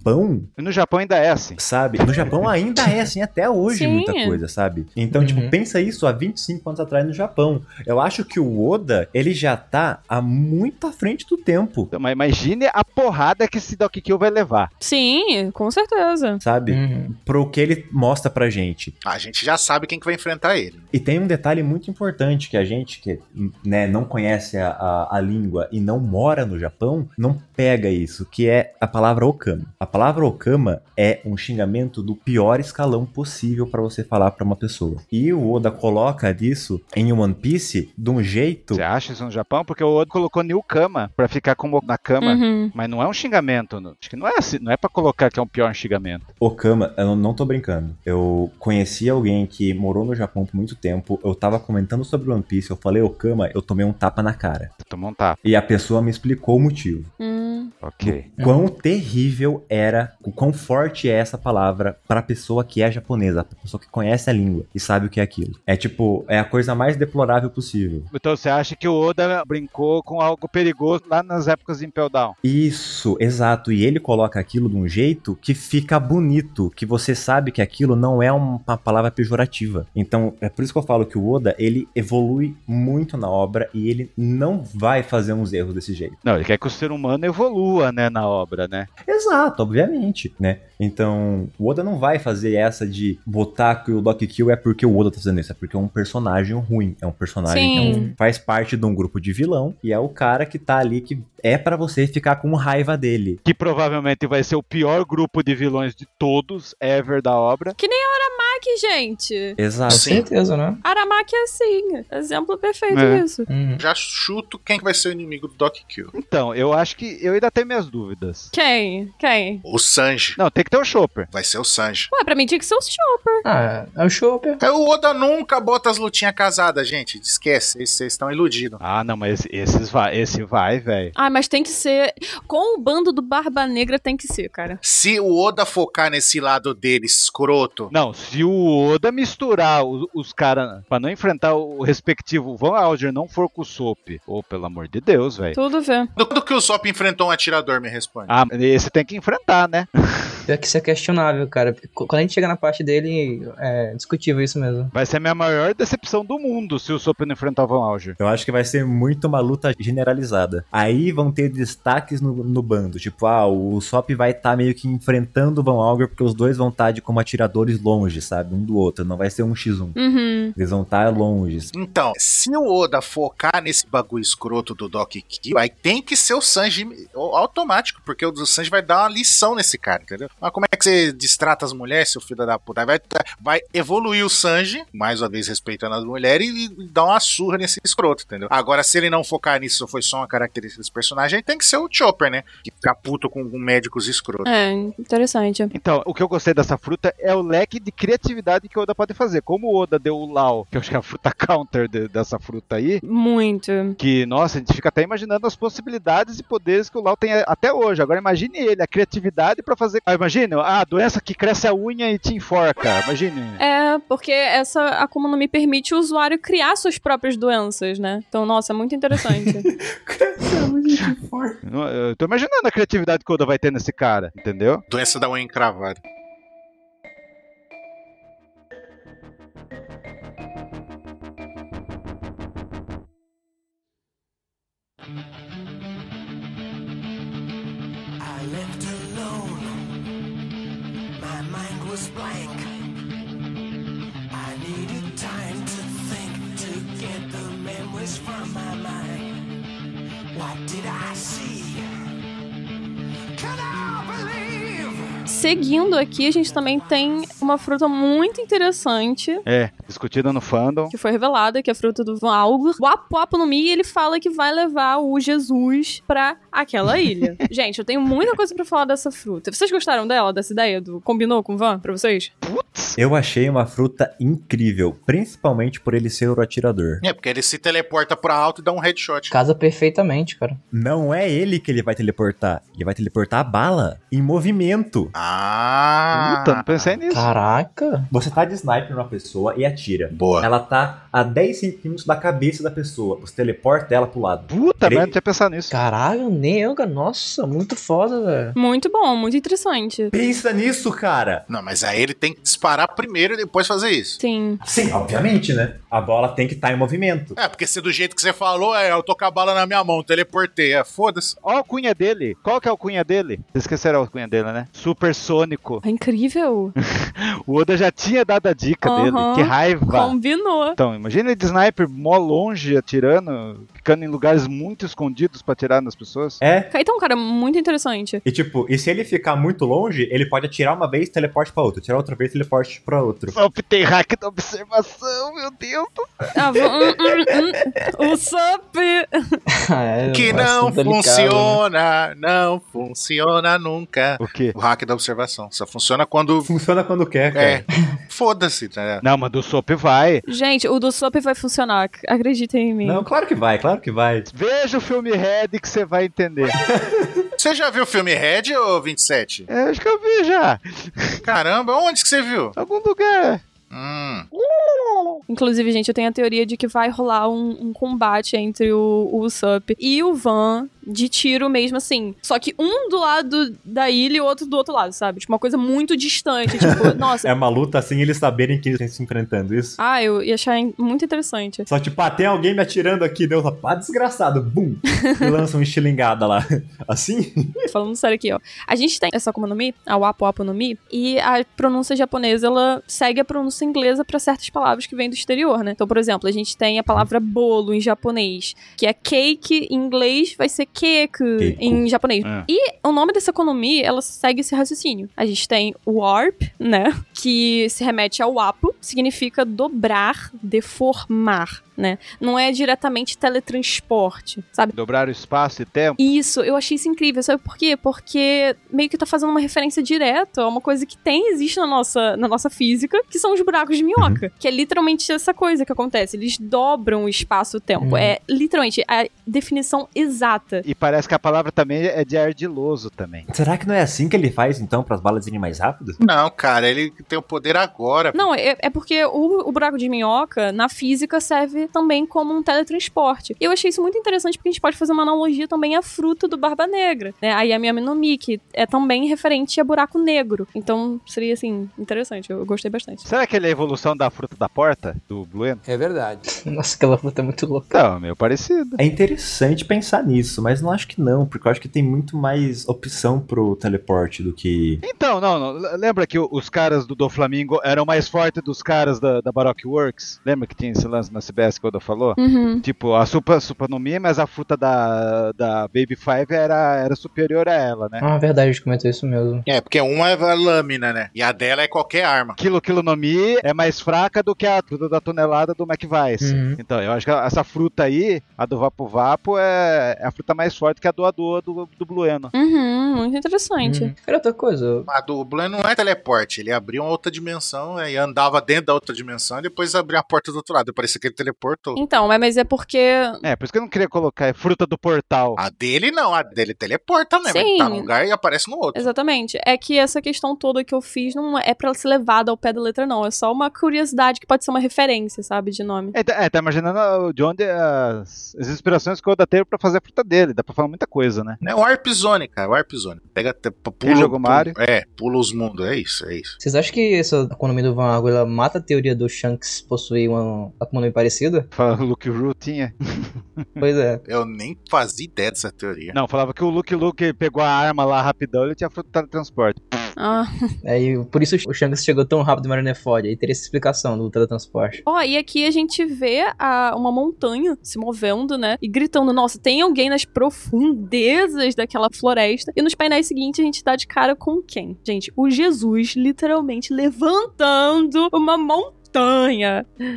Speaker 1: E no Japão ainda é assim.
Speaker 3: sabe? No Japão ainda é assim até hoje
Speaker 4: Sim.
Speaker 3: muita coisa, sabe? Então,
Speaker 5: Uhum.
Speaker 3: tipo, pensa pensa isso há 25 anos atrás no Japão. Eu acho que o Oda, ele já tá há muito à frente do tempo,
Speaker 1: Então, mas imagine a porrada que esse Doc Kill vai levar.
Speaker 4: Sim, com certeza.
Speaker 3: sabe?
Speaker 5: Uhum.
Speaker 3: Pro que ele mostra pra gente.
Speaker 2: A gente já sabe quem que vai enfrentar ele.
Speaker 3: E tem um detalhe muito importante que a gente que né, não conhece a, a, a língua e não mora no Japão, não pega isso, que é a palavra okama. A palavra okama é um xingamento do pior escalão possível pra você falar pra uma pessoa. E o Oda coloca disso em One Piece de um jeito
Speaker 1: Você acha isso no Japão? Porque o Oda colocou New Kama pra ficar como na cama.
Speaker 4: Uhum.
Speaker 1: Mas não é um xingamento. não. Acho que não é assim. Não é pra colocar que é um pior xingamento.
Speaker 3: Okama, eu não- não tô brincando. Eu conheci alguém que morou no Japão por muito tempo. Eu tava comentando sobre One Piece, eu falei Okama, eu tomei um tapa na cara.
Speaker 1: Tomou um tapa.
Speaker 3: E a pessoa me explicou o motivo.
Speaker 4: Hum.
Speaker 1: Ok.
Speaker 3: Quão terrível era, o quão forte é essa palavra pra pessoa que é japonesa, pra pessoa que conhece a língua e sabe o que é aquilo. É tipo, é a coisa mais deplorável possível.
Speaker 1: Então você acha que o Oda brincou com algo perigoso lá nas épocas de Impel Down?
Speaker 3: Isso, exato. E ele coloca aquilo de um jeito que fica bonito, que você sabe que aquilo não é uma palavra pejorativa. Então, é por isso que eu falo que o Oda, ele evolui muito na obra e ele não vai fazer uns erros desse jeito.
Speaker 1: Não, ele quer que o ser humano evolua, né, na obra, né?
Speaker 3: Exato, obviamente, né? Então, o Oda não vai fazer essa de botar que o Doc Kill é porque o Oda tá fazendo isso, é porque é um personagem ruim, é um personagem que é um-
Speaker 4: Sim.
Speaker 3: faz parte de um grupo de vilão e é o cara que tá ali que é pra você ficar com raiva dele.
Speaker 1: Que provavelmente vai ser o pior grupo de vilões de todos, ever, da obra.
Speaker 4: Aqui, gente.
Speaker 3: Exato.
Speaker 5: Com
Speaker 2: Sim.
Speaker 5: certeza, né?
Speaker 4: Aramaki é assim. Exemplo perfeito
Speaker 1: É.
Speaker 4: disso.
Speaker 5: Uhum.
Speaker 2: Já chuto quem que vai ser o inimigo do Doc Kill.
Speaker 1: Então, eu acho que eu ainda tenho minhas dúvidas.
Speaker 4: Quem? Quem?
Speaker 2: O Sanji.
Speaker 1: Não, tem que ter o Chopper.
Speaker 2: Vai ser o Sanji.
Speaker 4: Ué, pra mim tinha que ser o Chopper.
Speaker 5: Ah, é o Chopper.
Speaker 2: O Oda nunca bota as lutinhas casadas, gente. Esquece, vocês vocês estão iludidos.
Speaker 1: Ah, não, mas esses vai, esse vai, velho.
Speaker 4: Ah, mas tem que ser. Com o bando do Barba Negra tem que ser, cara.
Speaker 2: Se o Oda focar nesse lado dele, escroto,
Speaker 1: Não, se o Oda misturar os, os caras pra não enfrentar o o respectivo Van Alger, não for com o Soap. Ô, pelo amor de Deus, velho.
Speaker 4: Tudo vê.
Speaker 2: quando que o Sop enfrentou um atirador, me responde.
Speaker 1: Ah, esse tem que enfrentar, né?
Speaker 5: Pior que isso é questionável, cara. Qu- Quando a gente chega na parte dele, é discutível isso mesmo.
Speaker 1: Vai ser a minha maior decepção do mundo se o Soap não enfrentar o Van Alger.
Speaker 3: Eu acho que vai ser muito uma luta generalizada. Aí vão ter destaques no, no bando. Tipo, ah, o Sop vai estar meio que enfrentando o Van Auger, porque os dois vão estar de como atiradores longe, sabe? Um do outro. Não vai ser um X1.
Speaker 4: Uhum.
Speaker 3: Eles vão estar longe.
Speaker 2: Então, se o Oda focar nesse bagulho escroto do Doc Kill, aí tem que ser o Sanji automático, porque o do Sanji vai dar uma lição nesse cara, entendeu? Mas como é que você destrata as mulheres, seu filho da puta? Aí Vai, vai evoluir o Sanji, mais uma vez respeitando as mulheres, e e dar uma surra nesse escroto, entendeu? Agora, se ele não focar nisso, foi só uma característica desse personagem, aí tem que ser o Chopper, né? Que fica puto com com médicos escrotos.
Speaker 4: É, interessante.
Speaker 1: Então, o que eu gostei dessa fruta é o leque de criatividade que o Oda pode fazer. Como o Oda deu o Lau, que eu acho que é a fruta counter de- dessa fruta aí,
Speaker 4: Muito.
Speaker 1: que, nossa, a gente fica até imaginando as possibilidades e poderes que o Lau tem a- até hoje. Agora imagine ele, a criatividade pra fazer. Ah, imagina, ah, a doença que cresce a unha e te enforca. Imagine.
Speaker 4: É, porque essa Akuma não me permite o usuário criar suas próprias doenças, né? Então, nossa, é muito interessante.
Speaker 1: Eu eu tô imaginando a criatividade que o Oda vai ter nesse cara, entendeu?
Speaker 2: Doença um da unha encravada.
Speaker 8: I left alone. My mind was blank. I needed time to think to get the memories from my mind. What did I see? Could I believe?
Speaker 4: Seguindo aqui, a gente também tem uma fruta muito interessante.
Speaker 1: É, discutida no fandom.
Speaker 4: Que foi revelada, que é a fruta do Van Algor. O Apo Apo no Mi, ele fala que vai levar o Jesus pra aquela ilha. Gente, eu tenho muita coisa pra falar dessa fruta. Vocês gostaram dela, dessa ideia? Do... Combinou com o Van pra vocês?
Speaker 1: Putz!
Speaker 3: Eu achei uma fruta incrível, principalmente por ele ser o atirador.
Speaker 2: É, porque ele se teleporta pra alto e dá um headshot.
Speaker 5: Casa perfeitamente, cara.
Speaker 3: Não é ele que ele vai teleportar, ele vai teleportar a bala em movimento.
Speaker 2: Ah!
Speaker 1: Puta, não pensei nisso.
Speaker 5: Caraca.
Speaker 3: Você tá de sniper numa pessoa e atira.
Speaker 2: Boa.
Speaker 3: Ela tá a 10 centímetros da cabeça da pessoa. Você teleporta ela pro lado.
Speaker 1: Puta,
Speaker 3: Ele-
Speaker 1: merda, não tinha pensado nisso.
Speaker 5: Caralho, nem eu, cara. Nossa, muito foda, velho.
Speaker 4: Muito bom, muito interessante.
Speaker 3: Pensa nisso, cara!
Speaker 2: Não, mas aí ele tem que disparar primeiro e depois fazer isso.
Speaker 4: Sim.
Speaker 3: Sim, obviamente, né? A bola tem que estar em movimento.
Speaker 2: É, porque se do jeito que você falou, é, eu tô com a bala na minha mão, teleportei. É, foda-se.
Speaker 1: Ó a cunha dele. Qual que é a cunha dele? Vocês esqueceram a cunha dele, né? Supersônico.
Speaker 4: É incrível.
Speaker 1: O Oda já tinha dado a dica
Speaker 4: Aham.
Speaker 1: dele. Que raiva.
Speaker 4: Combinou.
Speaker 1: Então, imagina ele de sniper mó longe atirando, ficando em lugares muito escondidos pra atirar nas pessoas.
Speaker 3: É.
Speaker 4: Então, cara, muito interessante.
Speaker 3: E tipo, e se ele ficar muito longe, ele pode atirar uma vez, teleporte pra outro. Atirar outra vez, teleporte pra outro.
Speaker 1: Só o Peter Hack da observação, meu Deus.
Speaker 4: Ah, vou- hum, hum, hum. O SUP!
Speaker 5: É,
Speaker 2: que
Speaker 5: um assunto
Speaker 2: não
Speaker 5: delicado, né?
Speaker 2: funciona, não funciona nunca.
Speaker 1: O quê?
Speaker 2: O hack da observação. Só funciona quando.
Speaker 3: Funciona quando quer, cara.
Speaker 2: É. Foda-se, né?
Speaker 1: Não, mas do Sop vai.
Speaker 4: Gente, o do SUP vai funcionar. ac- Acreditem em mim.
Speaker 3: Não, claro que vai, claro que vai.
Speaker 1: Veja o filme Red que você vai entender.
Speaker 2: Você já viu o filme Red ou 27?
Speaker 1: É, acho que eu vi já.
Speaker 2: Caramba, onde que você viu?
Speaker 1: Algum lugar.
Speaker 2: Hum.
Speaker 4: Inclusive, gente, eu tenho a teoria de que vai rolar um, um combate entre o, o Usopp e o Van de tiro mesmo, assim. Só que um do lado da ilha e o outro do outro lado, sabe? Tipo, uma coisa muito distante. Tipo, nossa.
Speaker 3: É uma luta assim, eles saberem que eles estão se enfrentando, isso?
Speaker 4: Ah, eu ia achar in- muito interessante.
Speaker 3: Só tipo, ah, tem alguém me atirando aqui, deu ah, desgraçado, bum! E lança uma estilingada lá. Assim?
Speaker 4: Falando sério aqui, ó. A gente tem essa Akuma no Mi, a Wapo Wapo no Mi, e a pronúncia japonesa, ela segue a pronúncia inglesa pra certas palavras que vêm do exterior, né? Então, por exemplo, a gente tem a palavra bolo em japonês, que é cake, em inglês vai ser keku
Speaker 3: Keiko.
Speaker 4: em japonês.
Speaker 1: É.
Speaker 4: E o nome dessa economia, ela segue esse raciocínio. A gente tem o warp, né? Que se remete ao wapo, significa dobrar, deformar, né? Não é diretamente teletransporte, sabe?
Speaker 1: Dobrar o espaço e tempo.
Speaker 4: Isso, eu achei isso incrível. Sabe por quê? Porque meio que tá fazendo uma referência direta a uma coisa que tem, existe na nossa, na nossa física, que são os buracos de minhoca. Que é literalmente essa coisa que acontece. Eles dobram o espaço-tempo.
Speaker 5: Uhum.
Speaker 4: É literalmente a definição exata.
Speaker 1: E parece que a palavra também é de ardiloso também.
Speaker 3: Será que não é assim que ele faz, então, pras balas irem mais rápido?
Speaker 2: Não, cara, ele tem o poder agora.
Speaker 4: Não, é, é porque o, o buraco de minhoca, na física, serve também como um teletransporte. E eu achei isso muito interessante porque a gente pode fazer uma analogia também à fruta do Barba Negra, né? A Yami no Mi, que é também referente a buraco negro. Então, seria, assim, interessante. Eu gostei bastante.
Speaker 1: Será que ele é a evolução da fruta da porta? Do Blueno?
Speaker 8: É verdade.
Speaker 5: Nossa, aquela luta é muito louca.
Speaker 1: Então, meio parecido.
Speaker 3: É interessante pensar nisso, mas não acho que não, porque eu acho que tem muito mais opção pro teleporte do que.
Speaker 1: Então, não, não. l- Lembra que o- os caras do Doflamingo eram mais fortes dos caras da, da Baroque Works? Lembra que tinha esse lance na CBS que o Oda falou?
Speaker 4: Uhum.
Speaker 1: Tipo, a Supa, Supa no Mi, mas a fruta da, da Baby Five era, era superior a ela, né?
Speaker 5: Ah, verdade, a gente comentou isso mesmo.
Speaker 2: É, porque uma é a lâmina, né? E a dela é qualquer arma.
Speaker 1: Quilo Quilo no Mi é mais fraca do que a fruta da tonelada do McVice.
Speaker 5: Uhum.
Speaker 1: Então, eu acho que essa fruta aí, a do Vapo Vapo, é, é a fruta mais forte que a do Adoa do, do Blueno.
Speaker 4: Uhum, muito interessante.
Speaker 5: Hum. Cara, outra coisa.
Speaker 2: A do Blan não é teleporte, ele abriu uma outra dimensão né, e andava dentro da outra dimensão e depois abria a porta do outro lado. Parecia que ele teleportou.
Speaker 4: Então, mas- mas é porque.
Speaker 1: É, por isso que eu não queria colocar, é fruta do portal.
Speaker 2: A dele não, a dele teleporta mesmo.
Speaker 4: Sim.
Speaker 2: Ele tá num lugar e aparece no outro.
Speaker 4: Exatamente. É que essa questão toda que eu fiz não é pra ser levada ao pé da letra, não. É só uma curiosidade que pode ser uma referência, sabe? De nome.
Speaker 1: É, tá- é, tá imaginando ah, de onde as, as inspirações que o Oda teve pra fazer a fruta dele. Dá pra falar muita coisa, né?
Speaker 2: É o Warp Zone, cara, Warp Zone. Pega, te- pula,
Speaker 1: jogo
Speaker 2: pula-
Speaker 1: Mario.
Speaker 2: É, pula os mundos, é isso, é isso.
Speaker 5: Vocês acham que essa economia do Van Água ela mata a teoria do Shanks possuir uma economia parecida?
Speaker 1: Fala, o Luke Roo tinha.
Speaker 2: Hum.
Speaker 5: Pois é.
Speaker 2: Eu nem fazia ideia dessa teoria.
Speaker 1: Não, falava que o Luke Luke pegou a arma lá rapidão, ele tinha fruta do transporte.
Speaker 4: Ah.
Speaker 5: Aí, por isso o Shanks chegou tão rápido em Marineford. Aí teria essa explicação do teletransporte.
Speaker 4: Ó, e aqui a gente vê a- uma montanha se movendo, né? E gritando: Nossa, tem alguém nas profundezas daquela floresta. E nos painéis seguintes a gente dá de cara com quem? Gente, o Jesus literalmente levantando uma montanha.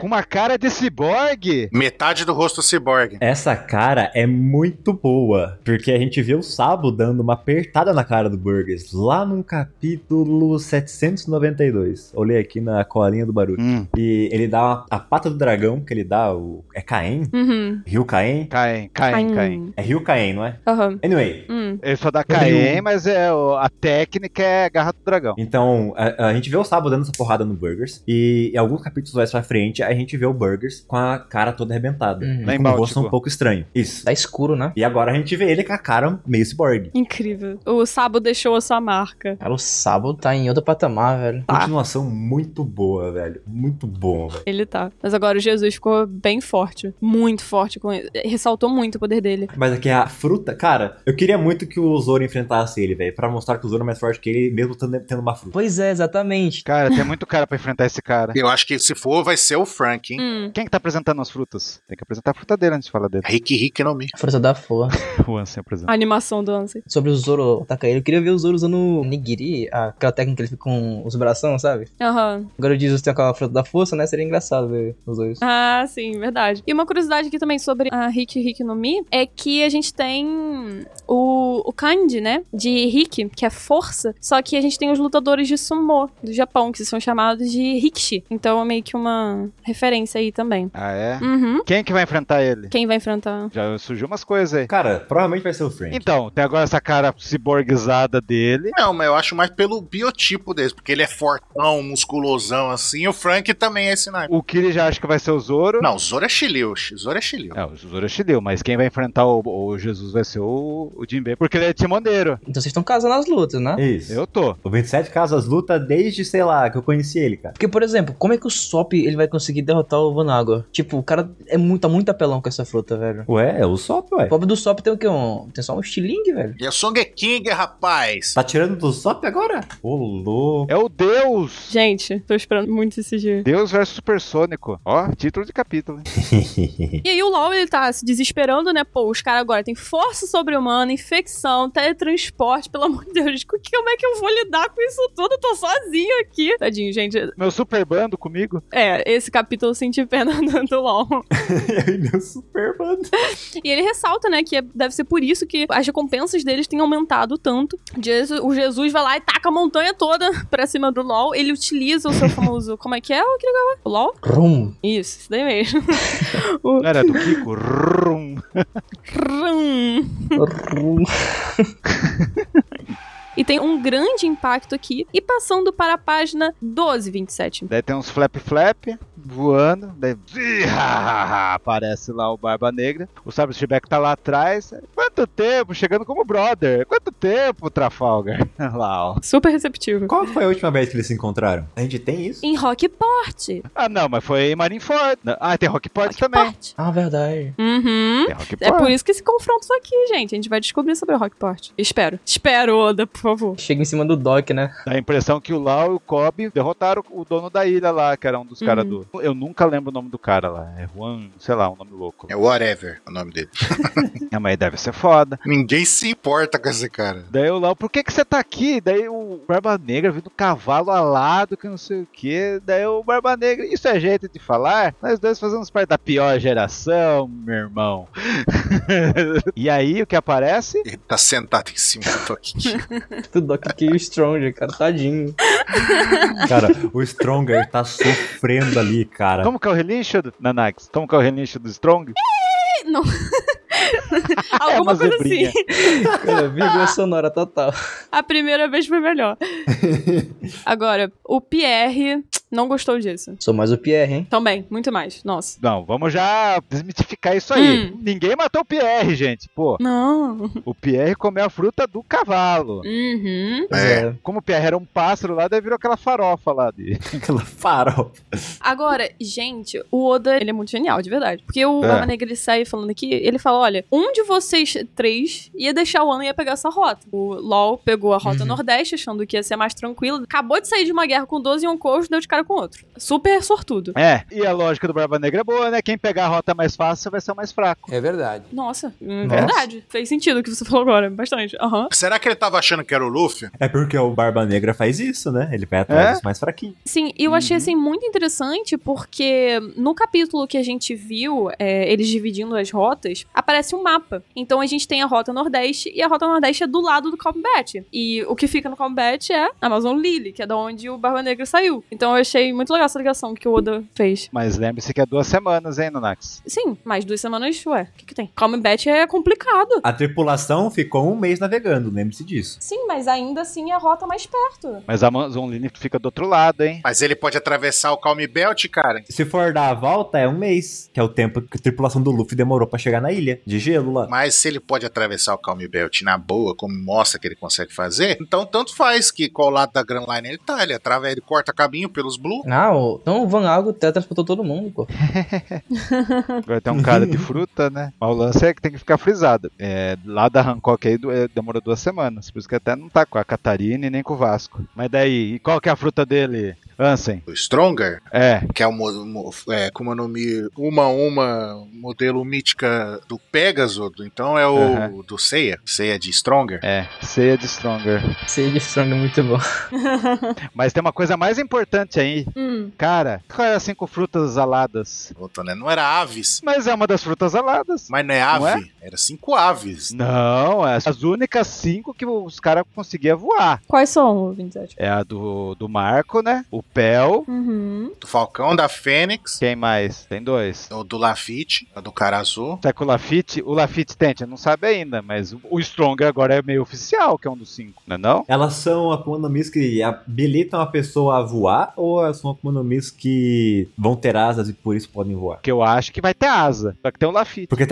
Speaker 1: Com uma cara de ciborgue.
Speaker 2: Metade do rosto cyborg.
Speaker 3: Essa cara é muito boa, porque a gente vê o Sabo dando uma apertada na cara do Burgers lá no capítulo 792. Olhei aqui na colinha do barulho.
Speaker 1: Hum,
Speaker 3: E ele dá uma- a pata do dragão, que ele dá o. É Caim?
Speaker 4: Uhum.
Speaker 3: Rio Caim?
Speaker 1: caem, caem, caem.
Speaker 3: É Rio Caim, não é?
Speaker 4: Aham.
Speaker 3: Anyway,
Speaker 4: Hum. Hum.
Speaker 1: Ele só dá KM, mas é, o- a técnica é Garra do Dragão.
Speaker 3: Então, a, a gente vê o Sabo dando essa porrada no Burgers. E em alguns capítulos mais pra frente, a gente vê o Burgers com a cara toda arrebentada.
Speaker 5: Hum.
Speaker 1: Lá tipo. em
Speaker 3: Com um rosto
Speaker 1: Báltico.
Speaker 3: um pouco estranho. Isso.
Speaker 5: Tá escuro, né?
Speaker 3: E agora a gente vê ele com a cara meio cyborg.
Speaker 4: Incrível. O Sabo deixou a sua marca.
Speaker 5: Cara, o sábado tá em outro patamar, velho.
Speaker 4: Tá.
Speaker 3: Continuação muito boa, velho. Muito bom, velho.
Speaker 4: Ele tá. Mas agora o Jesus ficou bem forte. Muito forte. Com... Ressaltou muito o poder dele.
Speaker 3: Mas aqui a fruta, cara, eu queria muito que o Zoro enfrentasse ele, velho. Pra mostrar que o Zoro é mais forte que ele, mesmo tendo tendo uma fruta.
Speaker 5: Pois é, exatamente.
Speaker 1: Cara, tem muito cara pra enfrentar esse cara.
Speaker 2: Eu acho que se for, vai ser o Frank, hein?
Speaker 4: Hum.
Speaker 1: Quem que tá apresentando as frutas? Tem que apresentar a fruta dele antes de falar dele.
Speaker 2: Rick Rick não me.
Speaker 5: A força da força.
Speaker 1: O Ansem apresenta.
Speaker 4: A animação do Ansem.
Speaker 5: Sobre o Zoro atacar ele, eu queria ver o Zoro usando o nigiri, aquela técnica que ele fica com os bração, sabe?
Speaker 4: Aham.
Speaker 5: Agora o Jesus tem aquela fruta da força, né? Seria engraçado ver os dois.
Speaker 4: Ah, sim, verdade. E uma curiosidade aqui também sobre a Hiki Hiki no Mi é que a gente tem o, o kanji, né? De Hiki, que é força, só que a gente tem os lutadores de sumô do Japão, que são chamados de Hikishi. Então é meio que uma referência aí também.
Speaker 1: Ah, é?
Speaker 4: Uhum.
Speaker 1: Quem que vai enfrentar ele?
Speaker 4: Quem vai enfrentar?
Speaker 1: Já surgiu umas coisas aí.
Speaker 3: Cara, provavelmente vai ser o Frank.
Speaker 1: Então, tem agora essa cara ciborguizada dele.
Speaker 2: Não, mas eu acho mais pelo biotipo dele, porque ele é fortão, musculosão assim, e o Frank também é esse naipe.
Speaker 1: O Kiri já acha que vai ser o Zoro.
Speaker 2: Não, o Zoro é Shilio, o Zoro é Shilio.
Speaker 1: É, o Zoro é Shiryu, mas quem vai enfrentar o, o Jesus vai ser o, o Jinbei, porque ele é timoneiro.
Speaker 5: Então vocês estão casando as lutas, né?
Speaker 3: Isso.
Speaker 1: Eu tô.
Speaker 3: O 27 Casas luta desde, sei lá, que eu conheci ele, cara.
Speaker 5: Porque, por exemplo, como é que o Sop ele vai conseguir derrotar o Vanagua? Tipo, o cara é muito, tá muito apelão com essa fruta, velho.
Speaker 3: Ué, é o Sop,
Speaker 5: O
Speaker 3: ué.
Speaker 5: pobre do Sop tem o quê? Um, tem só um estilingue, velho.
Speaker 2: E é Songekeng, rapaz.
Speaker 3: Tá tirando do Sop agora? Ô, louco.
Speaker 1: É o Deus!
Speaker 4: Gente, tô esperando muito esse dia.
Speaker 1: Deus versus Supersônico. Ó, título de capítulo. hein?
Speaker 4: E aí o LoL, ele tá se desesperando, né? Pô, os caras agora têm força sobre-humana, infecção, teletransporte, pelo amor de Deus. co- Como é que eu vou lidar com isso tudo? Eu tô sozinho aqui. Tadinho, gente.
Speaker 1: Meu super bando comigo.
Speaker 4: É, esse capítulo eu senti pena do, do LOL.
Speaker 3: Ele é meu super mano.
Speaker 4: E ele ressalta, né, que é- deve ser por isso que as recompensas deles têm aumentado tanto. Jesus- o Jesus vai lá e taca a montanha toda pra cima do LOL. Ele utiliza o seu famoso. Como é que é o que legal? O LOL?
Speaker 5: Rum.
Speaker 4: Isso, isso daí mesmo.
Speaker 1: Não era do Kiko? Rum.
Speaker 4: Rum.
Speaker 5: Rum.
Speaker 4: E tem um grande impacto aqui. E passando para a página 1227.
Speaker 1: Daí tem uns flap flap voando. Daí Zihahaha, aparece lá o Barba Negra. O Sabre Shibek tá lá atrás. Quanto tempo? Chegando como brother. Quanto tempo, Trafalgar? lá, ó.
Speaker 4: Super receptivo.
Speaker 3: Qual foi a última vez que eles se encontraram? A gente tem isso?
Speaker 4: Em Rockport.
Speaker 1: Ah, não, mas foi em Marineford. Ah, tem Rockport também.
Speaker 4: Rockport.
Speaker 5: Ah, verdade.
Speaker 4: Uhum.
Speaker 1: Tem
Speaker 4: É
Speaker 1: Rockport.
Speaker 4: por isso que esse confronto tá aqui, gente. A gente vai descobrir sobre o Rockport. Espero. Espero, Oda, por favor.
Speaker 5: Chega em cima do Doc, né?
Speaker 1: Dá a impressão que o Lau e o Cobb derrotaram o dono da ilha lá, que era um dos caras
Speaker 4: Uhum.
Speaker 1: do. Eu nunca lembro o nome do cara lá. É Juan, sei lá, um nome louco.
Speaker 2: É Whatever o nome dele.
Speaker 1: É, mas deve ser foda.
Speaker 2: Ninguém se importa com esse cara.
Speaker 1: Daí o Lau, por que que você tá aqui? Daí o Barba Negra vindo cavalo alado, que não sei o quê. Daí o Barba Negra, isso é jeito de falar? Nós dois fazemos parte da pior geração, meu irmão. e aí o que aparece?
Speaker 2: Ele tá sentado em cima do Toquinho.
Speaker 5: Do Doc que o Stronger, cara, tadinho.
Speaker 3: Cara, o Stronger tá sofrendo ali, cara.
Speaker 1: Como que é o relincho, do- Nanax? Como que é o relincho do Strong?
Speaker 4: Alguma
Speaker 1: uma
Speaker 4: coisa
Speaker 1: zebrinha.
Speaker 4: assim.
Speaker 5: Cara, vírgula sonora total.
Speaker 4: A primeira vez foi melhor. Agora, o Pierre não gostou disso.
Speaker 5: Sou mais o Pierre, hein?
Speaker 4: Também, muito mais. Nossa.
Speaker 1: Não, vamos já desmitificar isso aí.
Speaker 4: Hum.
Speaker 1: Ninguém matou o Pierre, gente. Pô,
Speaker 4: Não.
Speaker 1: O Pierre comeu a fruta do cavalo.
Speaker 4: Uhum.
Speaker 5: Pois é.
Speaker 1: Como o Pierre era um pássaro lá, daí virou aquela farofa lá de.
Speaker 3: Aquela farol.
Speaker 4: Agora, gente, o Oda, ele é muito genial, de verdade. Porque o
Speaker 1: É.
Speaker 4: Barba Negra, ele sai falando aqui, ele fala, olha, um de vocês três ia deixar o ano e ia pegar essa rota. O LOL pegou a rota nordeste, achando que ia ser mais tranquila. Acabou de sair de uma guerra com 12 e um coach, deu de cara com outro. Super sortudo.
Speaker 1: É. E a lógica do Barba Negra é boa, né? Quem pegar a rota mais fácil vai ser o mais fraco.
Speaker 8: É verdade.
Speaker 4: Nossa, hum,
Speaker 5: Nossa.
Speaker 4: verdade. Fez sentido o que você falou agora, bastante. Aham.
Speaker 2: Será que ele tava achando que era o Luffy?
Speaker 3: É porque o Barba Negra faz isso, né? Ele vai atrás
Speaker 1: É?
Speaker 3: dos mais fraquinhos.
Speaker 4: Sim, e eu achei assim muito interessante porque no capítulo que a gente viu, é, eles dividindo as rotas, aparece um mapa. Então a gente tem a rota Nordeste e a rota Nordeste é do lado do Combat. E o que fica no Combat é a Amazon Lily, que é da onde o Barba Negra saiu. Então eu achei muito legal essa ligação que o Oda fez.
Speaker 1: Mas lembre-se que é duas semanas, hein, Nunax?
Speaker 4: Sim, mais duas semanas, ué, o que, que tem? Combat é complicado.
Speaker 3: A tripulação ficou um mês navegando, lembre-se disso.
Speaker 4: Sim, mas ainda assim é a rota mais perto.
Speaker 1: Mas a Amazon Line fica do outro lado, hein?
Speaker 2: Mas ele pode atravessar o Calm Belt, cara.
Speaker 3: Se for dar a volta, é um mês, que é o tempo que a tripulação do Luffy demorou pra chegar na ilha de gelo lá.
Speaker 2: Mas se ele pode atravessar o Calm Belt na boa, como mostra que ele consegue fazer, então tanto faz que qual lado da Grand Line ele tá. Ele atravessa, ele corta caminho pelos Blue.
Speaker 5: Ah, ô, então o Van Algo teletransportou todo mundo, pô.
Speaker 1: Vai ter um cara de fruta, né? Mas o lance é que tem que ficar frisado. É, lá da Hancock aí du- é, demorou duas semanas. Por isso que até não tá com a Catarina e nem com o Vasco. Mas daí, e qual que é a fruta dele, Ansem?
Speaker 2: O Stronger,
Speaker 1: É,
Speaker 2: que é o mo- mo- é, como é o nome, uma a uma modelo mítica do Pegasus, então é o
Speaker 1: Aham.
Speaker 2: do Seiya, Seiya de Stronger.
Speaker 1: é, ceia de Stronger.
Speaker 5: Sage Strong é muito bom.
Speaker 1: Mas tem uma coisa mais importante aí.
Speaker 4: Hum.
Speaker 1: Cara, qual é as cinco frutas aladas?
Speaker 2: Voltando, né? Não era aves,
Speaker 1: Mas é uma das frutas aladas.
Speaker 2: mas não é
Speaker 1: Não
Speaker 2: ave, era cinco aves.
Speaker 1: Não, é as únicas cinco que os caras conseguiam voar.
Speaker 4: Quais são, 27?
Speaker 1: É a do, do Marco, né? O Pel.
Speaker 4: Uhum.
Speaker 2: Do Falcão, da Fênix,
Speaker 1: Quem mais? Tem dois.
Speaker 2: o do Lafitte, a do cara azul.
Speaker 1: Será que o Lafitte? O Lafitte tem, a gente não sabe ainda, mas o- o Stronger agora é meio oficial, que é um dos cinco, não é não?
Speaker 3: Elas são Akuma no Mis que habilitam a pessoa a voar ou elas são Akuma no Mis que vão ter asas e por isso podem voar?
Speaker 1: Que eu acho que vai ter asa, só que tem o Lafitte.
Speaker 3: Porque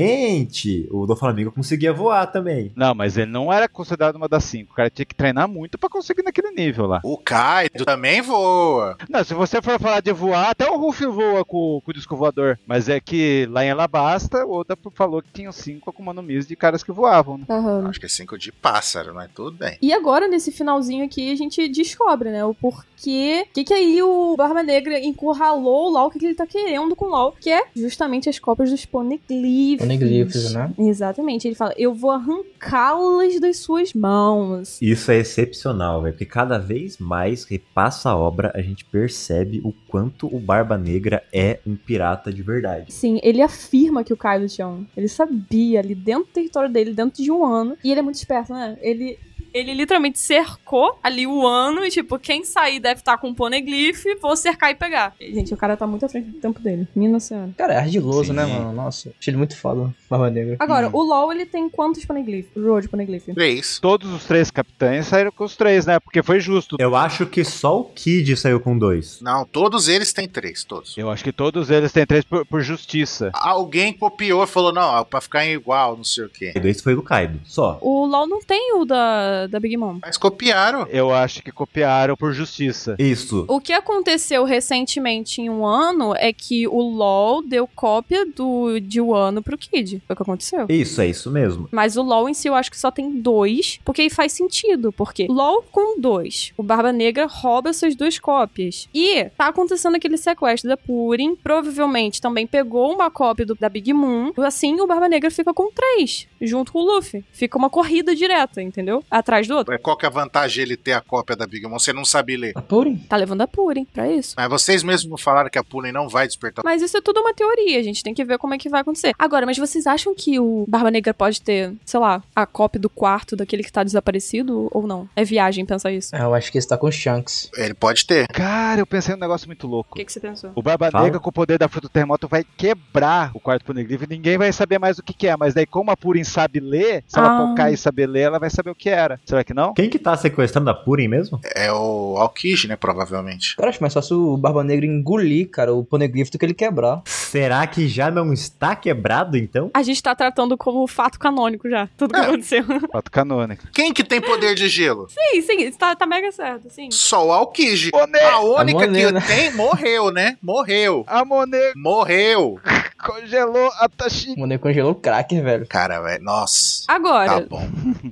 Speaker 3: tecnicamente o do Flamengo conseguia voar também.
Speaker 1: Não, mas ele não era considerado uma das cinco. O cara tinha que treinar muito pra conseguir naquele nível lá.
Speaker 2: O Kaido também voa.
Speaker 1: Não, se você for falar de voar, até o Ruffy voa com, com o disco voador. Mas é que lá em Alabasta, o Oda falou que tinha cinco Akuma no Mis de caras que voavam, né?
Speaker 4: Aham.
Speaker 2: Acho que é cinco de pássaro, mas tudo bem.
Speaker 4: E agora, nesse finalzinho aqui, a gente descobre, né, o porquê. O que, que aí o Barba Negra encurralou o LOL, o que, que ele tá querendo com o LOL, que é justamente as cópias dos Poneglyphs.
Speaker 5: Poneglyphs, né?
Speaker 4: Exatamente, ele fala: Eu vou arrancá-las das suas mãos.
Speaker 3: Isso é excepcional, velho. Porque cada vez mais que passa a obra, a gente percebe o quanto o Barba Negra é um pirata de verdade.
Speaker 4: Sim, ele afirma que o Kaido tinha um. Ele sabia ali dentro do território dele, dentro de um ano. E ele é muito esperto, né? Ele. Ele literalmente cercou ali o ano e, tipo, quem sair deve estar com o Poneglyph, vou cercar e pegar. Gente, o cara tá muito à frente do tempo dele. Minha senhora.
Speaker 5: Cara, é ardiloso,
Speaker 2: Sim.
Speaker 5: né, mano? Nossa, achei ele muito foda, Barba Negra.
Speaker 4: Agora, o LoL, ele tem quantos Poneglyph? Road de Poneglyph?
Speaker 2: Três.
Speaker 1: Todos os três capitães saíram com os três, né? Porque foi justo.
Speaker 3: Eu acho que só o Kid saiu com dois.
Speaker 2: Não, todos eles têm três, todos.
Speaker 1: Eu acho que todos eles têm três por, por justiça.
Speaker 2: Alguém copiou e falou, não, ó, pra ficar igual, não sei o quê.
Speaker 3: E dois foi do Kaido, só.
Speaker 4: O LoL não tem o da, da Big Mom.
Speaker 2: Mas copiaram.
Speaker 1: Eu acho que copiaram por justiça.
Speaker 3: Isso.
Speaker 4: O que aconteceu recentemente em um ano é que o LoL deu cópia do de Wano pro Kid. Foi o que aconteceu.
Speaker 3: Isso, é isso mesmo.
Speaker 4: Mas o LoL em si eu acho que só tem dois, porque aí faz sentido. Porque LoL com dois, o Barba Negra rouba essas duas cópias. E tá acontecendo aquele sequestro da Purim, provavelmente também pegou uma cópia do- da Big Moon. Assim, o Barba Negra fica com três, junto com o Luffy. Fica uma corrida direta, entendeu? Atrás do outro.
Speaker 2: É, Qual que é a vantagem ele ter a cópia da Big Mom? Você não sabe ler.
Speaker 5: A Ah, Purim?
Speaker 4: Tá levando a Purim pra isso.
Speaker 2: Mas vocês mesmos não falaram que a Pune não vai despertar.
Speaker 4: Mas isso é tudo uma teoria, a gente tem que ver como é que vai acontecer. Agora, mas vocês acham que o Barba Negra pode ter, sei lá, a cópia do quarto daquele que tá desaparecido ou não? É viagem pensar isso.
Speaker 5: Ah, eu acho que esse tá com Shanks.
Speaker 2: Ele pode ter.
Speaker 1: Cara, eu pensei num negócio muito louco.
Speaker 4: que você pensou?
Speaker 1: O Barba
Speaker 3: Fala.
Speaker 1: Negra com o poder da fruta do terremoto vai quebrar o quarto poneglyph e ninguém vai saber mais o que, que é. Mas daí, como a Purim sabe ler, se ela
Speaker 4: Ah.
Speaker 1: focar e saber ler, ela vai saber o que era. Será que não?
Speaker 3: Quem que tá sequestrando a Purim mesmo?
Speaker 2: É o Alkiji, né? Provavelmente.
Speaker 5: Cara, acho mais fácil o Barba Negra engolir, cara, o Poneglyph do que ele quebrar.
Speaker 3: Será que já não está quebrado então?
Speaker 4: A gente tá tratando como fato canônico já, tudo que
Speaker 2: É.
Speaker 4: aconteceu.
Speaker 1: Fato canônico.
Speaker 2: Quem que tem poder de gelo?
Speaker 4: sim, sim, tá, tá mega certo, sim.
Speaker 2: Só o Alkiji.
Speaker 1: Ô, né?
Speaker 2: A única
Speaker 5: A Monet, né?
Speaker 2: que tem morreu, né? Morreu.
Speaker 1: A Monet
Speaker 2: Morreu.
Speaker 1: congelou a
Speaker 5: O
Speaker 1: Tashi.
Speaker 5: Monet congelou o cracker, velho.
Speaker 2: Cara, velho. Nossa. Tá
Speaker 4: Agora,
Speaker 2: bom.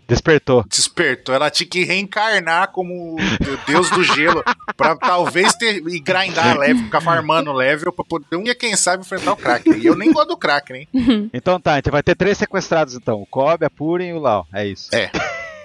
Speaker 1: Despertou.
Speaker 2: Despertou. Ela tinha que reencarnar como o deus do gelo. Pra talvez ter. E grindar level, ficar farmando level pra poder. Um dia, quem sabe, enfrentar o Kraken. E eu nem gosto do Kraken, hein?
Speaker 1: Hum. Então tá, a gente vai ter três sequestrados então. O Kobe, a Purim e o Lau. É isso.
Speaker 2: É.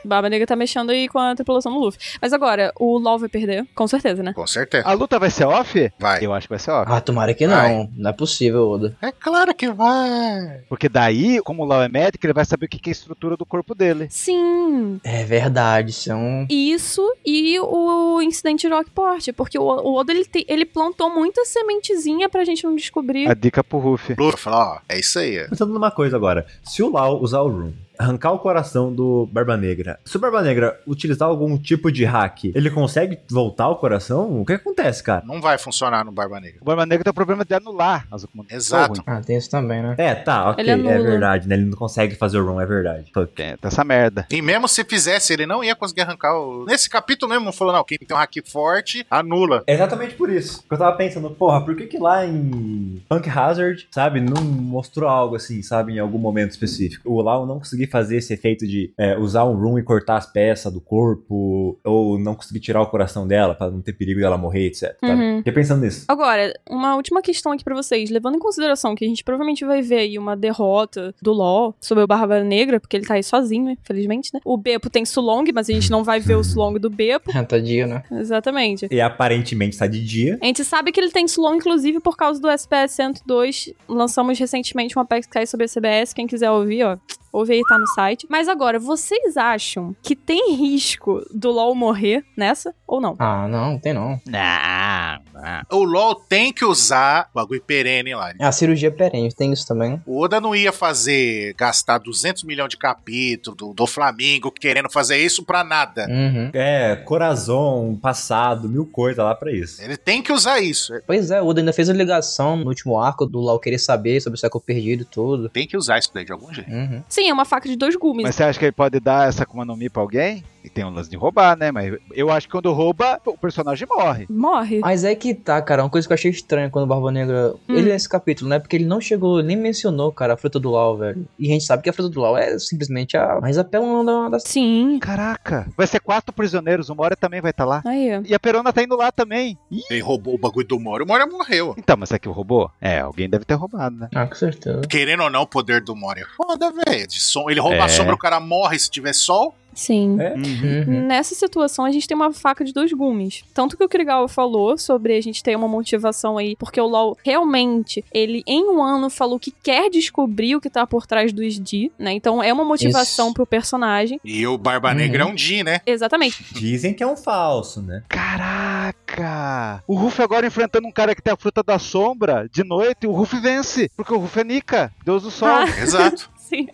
Speaker 4: Baba Negra tá mexendo aí com a tripulação do Luffy. Mas agora, o LOL vai perder, com certeza, né?
Speaker 2: Com certeza.
Speaker 1: A luta vai ser off?
Speaker 2: Vai.
Speaker 1: Eu acho que vai ser off.
Speaker 5: Ah, tomara que não. Não é possível, Oda.
Speaker 2: É claro que vai.
Speaker 1: Porque daí, como o Lau é médico, ele vai saber o que que é a estrutura do corpo dele.
Speaker 4: Sim,
Speaker 5: É verdade, isso é um.
Speaker 4: Isso e o incidente de Rockport, porque o, o Oda ele, te- ele plantou muita sementezinha pra gente não descobrir.
Speaker 1: A dica pro Ruff.
Speaker 2: Luffy fala, ó, é isso aí.
Speaker 3: Pensando numa coisa agora, se o Lau usar o Room, arrancar o coração do Barba Negra, se o Barba Negra utilizar algum tipo de hack, ele consegue voltar o coração? O que acontece, cara?
Speaker 2: Não vai funcionar no Barba Negra.
Speaker 1: O Barba Negra tem o problema de anular as Akuma no Mi.
Speaker 2: Exato.
Speaker 1: Tá ruim.
Speaker 5: Ah, tem isso também, né?
Speaker 3: É, tá, ok,
Speaker 4: Ele
Speaker 3: é
Speaker 4: anula.
Speaker 3: verdade, né? Ele não consegue fazer o Room, é verdade. Fuck.
Speaker 1: Tem tem essa merda.
Speaker 2: E mesmo se fizesse, ele não ia conseguir arrancar o. Nesse capítulo mesmo, falou: não, quem tem um hack forte, anula.
Speaker 3: É exatamente por isso. Eu tava pensando, porra, por que que lá em Punk Hazard, sabe, não mostrou algo assim, sabe, em algum momento específico? O Lau não conseguir fazer esse efeito de é, usar um room e cortar as peças do corpo, ou não conseguir tirar o coração dela pra não ter perigo dela morrer, etc. sabe?
Speaker 4: Uhum.
Speaker 3: Fiquei pensando nisso.
Speaker 4: Agora, uma última questão aqui pra vocês, levando em consideração que a gente provavelmente vai ver aí uma derrota do LoL sobre o Barba Negra, porque ele tá aí sozinho, infelizmente, né? O Beppo tem Sulong, mas a gente não vai ver o Sulong do Beppo.
Speaker 5: Tadinho, né?
Speaker 4: Exatamente.
Speaker 3: E aparentemente tá de dia.
Speaker 4: A gente sabe que ele tem Sulong, inclusive, por causa do SPS 102. Lançamos recentemente uma PEX que cai sobre a CBS. Quem quiser ouvir, ó, ouve aí, tá no site. Mas agora, vocês acham que tem risco do LoL morrer nessa ou não?
Speaker 5: Ah, não, não tem não.
Speaker 1: Não, não.
Speaker 2: O LOL tem que usar o bagulho perene lá.
Speaker 5: A Ah, cirurgia perene, tem isso também.
Speaker 2: O Oda não ia fazer gastar 200 milhões de capítulo do, do Flamengo querendo fazer isso pra nada.
Speaker 5: Uhum.
Speaker 3: É, coração, passado, mil coisas lá pra isso.
Speaker 2: Ele tem que usar isso. Ele
Speaker 5: Pois é, o Oda ainda fez a ligação no último arco do Lau querer saber sobre o século perdido e tudo.
Speaker 2: tem que usar isso daí de algum jeito.
Speaker 5: Uhum.
Speaker 4: Sim, é uma faca de dois gumes.
Speaker 1: Mas você acha que ele pode dar essa Akuma no Mi pra alguém? E tem um lance de roubar, né? Mas eu acho que quando rouba, o personagem morre.
Speaker 4: Morre.
Speaker 5: Mas é que tá, cara, uma coisa que eu achei estranha quando o Barba Negra. Ele nesse capítulo, né? Porque ele não chegou, nem mencionou, cara, a fruta do Lau, velho. E a gente sabe que a fruta do Lau é simplesmente a mais apelona da. da...
Speaker 4: Sim.
Speaker 1: Caraca. Vai ser quatro prisioneiros, o Mora também vai estar lá.
Speaker 4: Aí.
Speaker 1: E a Perona tá indo lá também. Ih,
Speaker 2: Ele roubou o bagulho do Moro. O Moro morreu.
Speaker 1: Então, mas é que roubou? É, alguém deve ter roubado, né?
Speaker 5: Ah, com certeza.
Speaker 2: Querendo ou não, o poder do Moro é foda, velho. De som- Ele rouba a
Speaker 1: É.
Speaker 2: sombra, o cara morre se tiver sol.
Speaker 4: Sim.
Speaker 5: Uhum.
Speaker 4: Nessa situação, a gente tem uma faca de dois gumes. Tanto que o Krigal falou sobre a gente ter uma motivação aí, porque o LoL realmente, ele em um ano falou que quer descobrir o que tá por trás do SD, né? Então é uma motivação
Speaker 5: Isso.
Speaker 4: pro personagem.
Speaker 2: E o Barba
Speaker 5: Uhum.
Speaker 2: Negra é um Di, né?
Speaker 4: Exatamente.
Speaker 3: Dizem que é um falso, né?
Speaker 1: Caraca! O Ruff agora enfrentando um cara que tem a fruta da sombra de noite, o Ruff vence. Porque o Ruff é Nika, Deus do Sol.
Speaker 4: Ah.
Speaker 2: Exato.
Speaker 4: Sim.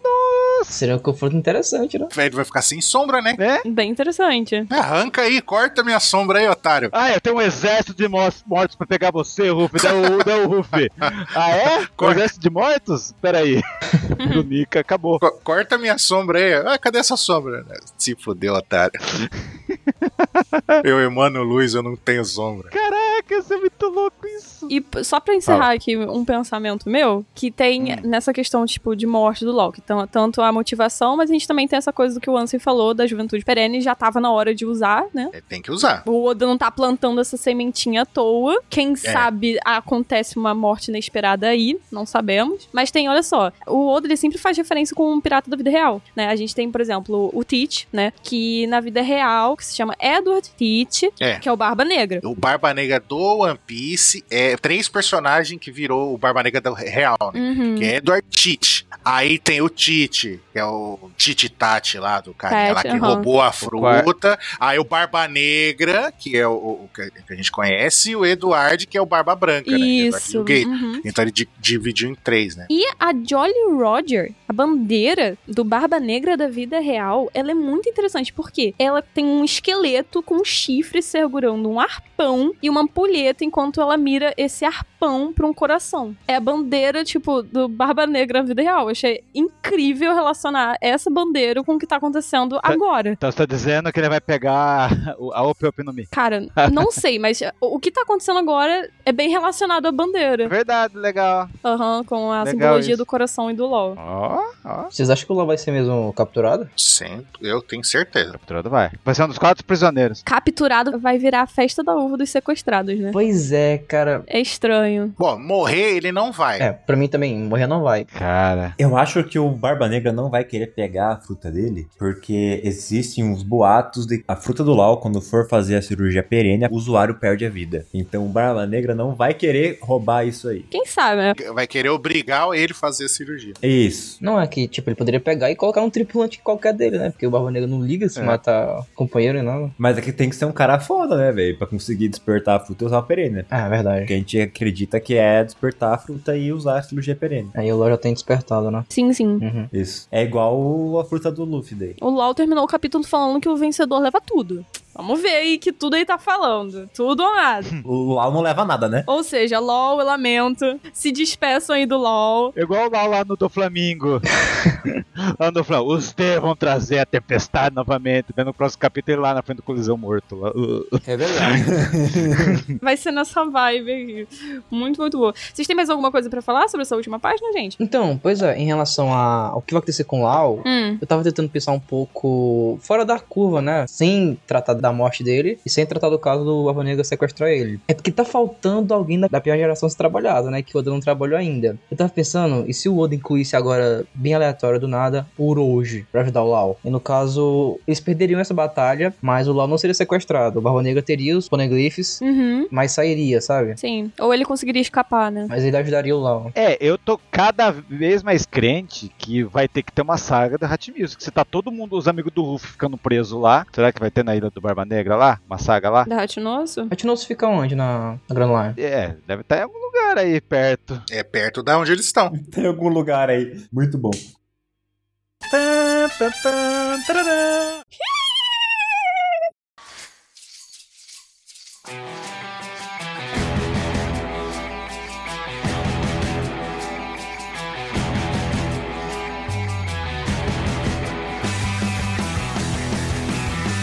Speaker 5: Seria um confronto interessante, né?
Speaker 2: Velho vai ficar sem sombra, né?
Speaker 1: Né?
Speaker 2: Ah,
Speaker 4: Bem interessante.
Speaker 2: Arranca aí, corta minha sombra aí, otário.
Speaker 1: Ah, eu tenho um exército de mo- mortos pra pegar você, Ruff. Não, não Ruff. Ah, é? Um
Speaker 2: Corta.
Speaker 1: exército de mortos? Peraí. Do Nika, acabou.
Speaker 2: Co- corta minha sombra aí. Ah, cadê essa sombra? Se fudeu, otário. eu emano luz, eu não tenho sombra.
Speaker 1: Caraca, isso é muito louco isso.
Speaker 4: E p- só pra encerrar aqui um pensamento meu, que tem
Speaker 5: Hum.
Speaker 4: nessa questão, tipo, de morte do LoL, que tão- tanto a motivação, mas a gente também tem essa coisa do que o Ansem falou, da juventude perene, já tava na hora de usar, né?
Speaker 2: É, tem que usar.
Speaker 4: O Oda não tá plantando essa sementinha à toa. Quem
Speaker 2: É.
Speaker 4: sabe acontece uma morte inesperada aí, não sabemos. Mas tem, olha só, o Oda ele sempre faz referência com um pirata da vida real, né? A gente tem, por exemplo, o Teach, né? Que na vida real, que se chama Edward Teach,
Speaker 2: É.
Speaker 4: que é o Barba Negra.
Speaker 2: O Barba Negra do One Piece é três personagens que virou o Barba Negra do real, né?
Speaker 4: Uhum.
Speaker 2: Que é Edward Tite. Aí tem o Tite, que é o Tite Tati lá do carinha lá que
Speaker 4: Tati, aham.
Speaker 2: roubou a fruta. Aí o Barba Negra, que é o, o que que a gente conhece, e o Eduardo, que é o Barba Branca, né?
Speaker 4: Isso.
Speaker 2: Eduardo Gay.
Speaker 4: Uhum.
Speaker 2: Então ele di- dividiu em três, né?
Speaker 4: E a Jolly Roger, a bandeira do Barba Negra da vida real, ela é muito interessante porque ela tem um esqueleto com um chifre segurando um arpão e uma ampulheta enquanto ela mira esse arpão pra um coração. É a bandeira, tipo, do Barba Negra da vida real. Eu achei incrível relacionar essa bandeira com o que tá acontecendo agora.
Speaker 1: Então você tá dizendo que ele vai pegar o- a Op Op no Mi.
Speaker 4: Cara, não sei, mas o que tá acontecendo agora é bem relacionado à bandeira.
Speaker 1: É Verdade, legal.
Speaker 4: Aham, com a
Speaker 1: Legal
Speaker 4: simbologia
Speaker 1: isso.
Speaker 4: do coração e do LOL.
Speaker 1: Ó, ó.
Speaker 5: Vocês acham que o Lau vai ser mesmo capturado?
Speaker 2: Sim, eu tenho certeza.
Speaker 1: Capturado vai. Vai ser um dos quatro prisioneiros.
Speaker 4: capturado vai virar a festa da uva dos sequestrados, né?
Speaker 5: Pois é, cara, cara.
Speaker 4: É estranho.
Speaker 2: Bom, morrer ele não vai.
Speaker 5: É, pra mim também, morrer não vai.
Speaker 1: Cara.
Speaker 3: Eu acho que o Barba Negra não vai querer pegar a fruta dele, porque existem uns boatos de a fruta do Lau, quando for fazer a cirurgia perene, o usuário perde a vida. Então o Barba Negra não vai querer roubar isso aí.
Speaker 4: Quem sabe, né?
Speaker 2: Vai querer obrigar ele a fazer a cirurgia.
Speaker 3: Isso.
Speaker 5: Não é que, tipo, ele poderia pegar e colocar um tripulante qualquer dele, né? Porque o Barba Negra não liga se
Speaker 1: É.
Speaker 5: matar o companheiro e nada.
Speaker 3: Mas aqui tem que ser um cara foda, né, velho? Pra conseguir despertar a fruta e usar a perene, né?
Speaker 5: Ah, é verdade.
Speaker 3: Porque a gente acredita que é despertar a fruta e usar a cirurgia perene.
Speaker 5: Aí o Law já tem despertado, né?
Speaker 4: Sim, sim.
Speaker 5: Uhum.
Speaker 3: Isso. É igual a fruta do Luffy daí.
Speaker 4: O Lau terminou o capítulo falando que o vencedor leva tudo. Vamos ver aí que tudo ele tá falando. Tudo ou nada.
Speaker 3: O Lau não leva nada, né?
Speaker 4: ou seja, LOL, eu lamento. Se despeçam aí do LOL.
Speaker 1: É Igual lá, lá no do Flamingo. lá no Flamingo. Os D vão trazer a tempestade novamente. Daí no próximo capítulo lá na frente do Coliseu Morto. lá. Uh, uh.
Speaker 5: É verdade.
Speaker 4: Vai ser nessa vibe aí. Muito, muito boa. Vocês têm mais alguma coisa pra falar sobre essa última página, gente?
Speaker 5: então, pois é, em relação a- ao que vai acontecer com o Lau,
Speaker 4: Hum.
Speaker 5: eu tava tentando pensar um pouco fora da curva, né? Sem tratar da morte dele e sem tratar do caso do Barba Negra sequestrar ele. É porque tá faltando alguém da, da pior geração se trabalhada, né? Que o Oda não trabalhou ainda. Eu tava pensando, e se o Oda incluísse agora, bem aleatório do nada, o Uroji pra ajudar o Lau? E no caso, eles perderiam essa batalha, mas o Lau não seria sequestrado. O Barba Negra teria os poneglyphs,
Speaker 4: Uhum.
Speaker 5: mas sairia, sabe?
Speaker 4: Sim. Ou ele conseguiria escapar, né?
Speaker 5: Mas ele ajudaria o Lau.
Speaker 1: É, eu tô cada vez mais crente que vai ter que ter uma saga do Hat Music. Se tá todo mundo, os amigos do Ruff ficando preso lá. Será que vai ter na Ilha do Barba Negra lá? Uma saga lá?
Speaker 4: Da Ratinosso?
Speaker 5: A Tinosso fica onde na, na Grand Line?
Speaker 1: É, deve estar em algum lugar aí perto.
Speaker 2: É perto da onde eles estão.
Speaker 3: Tem algum lugar aí. Muito bom. Tan, tan, tan, tararã.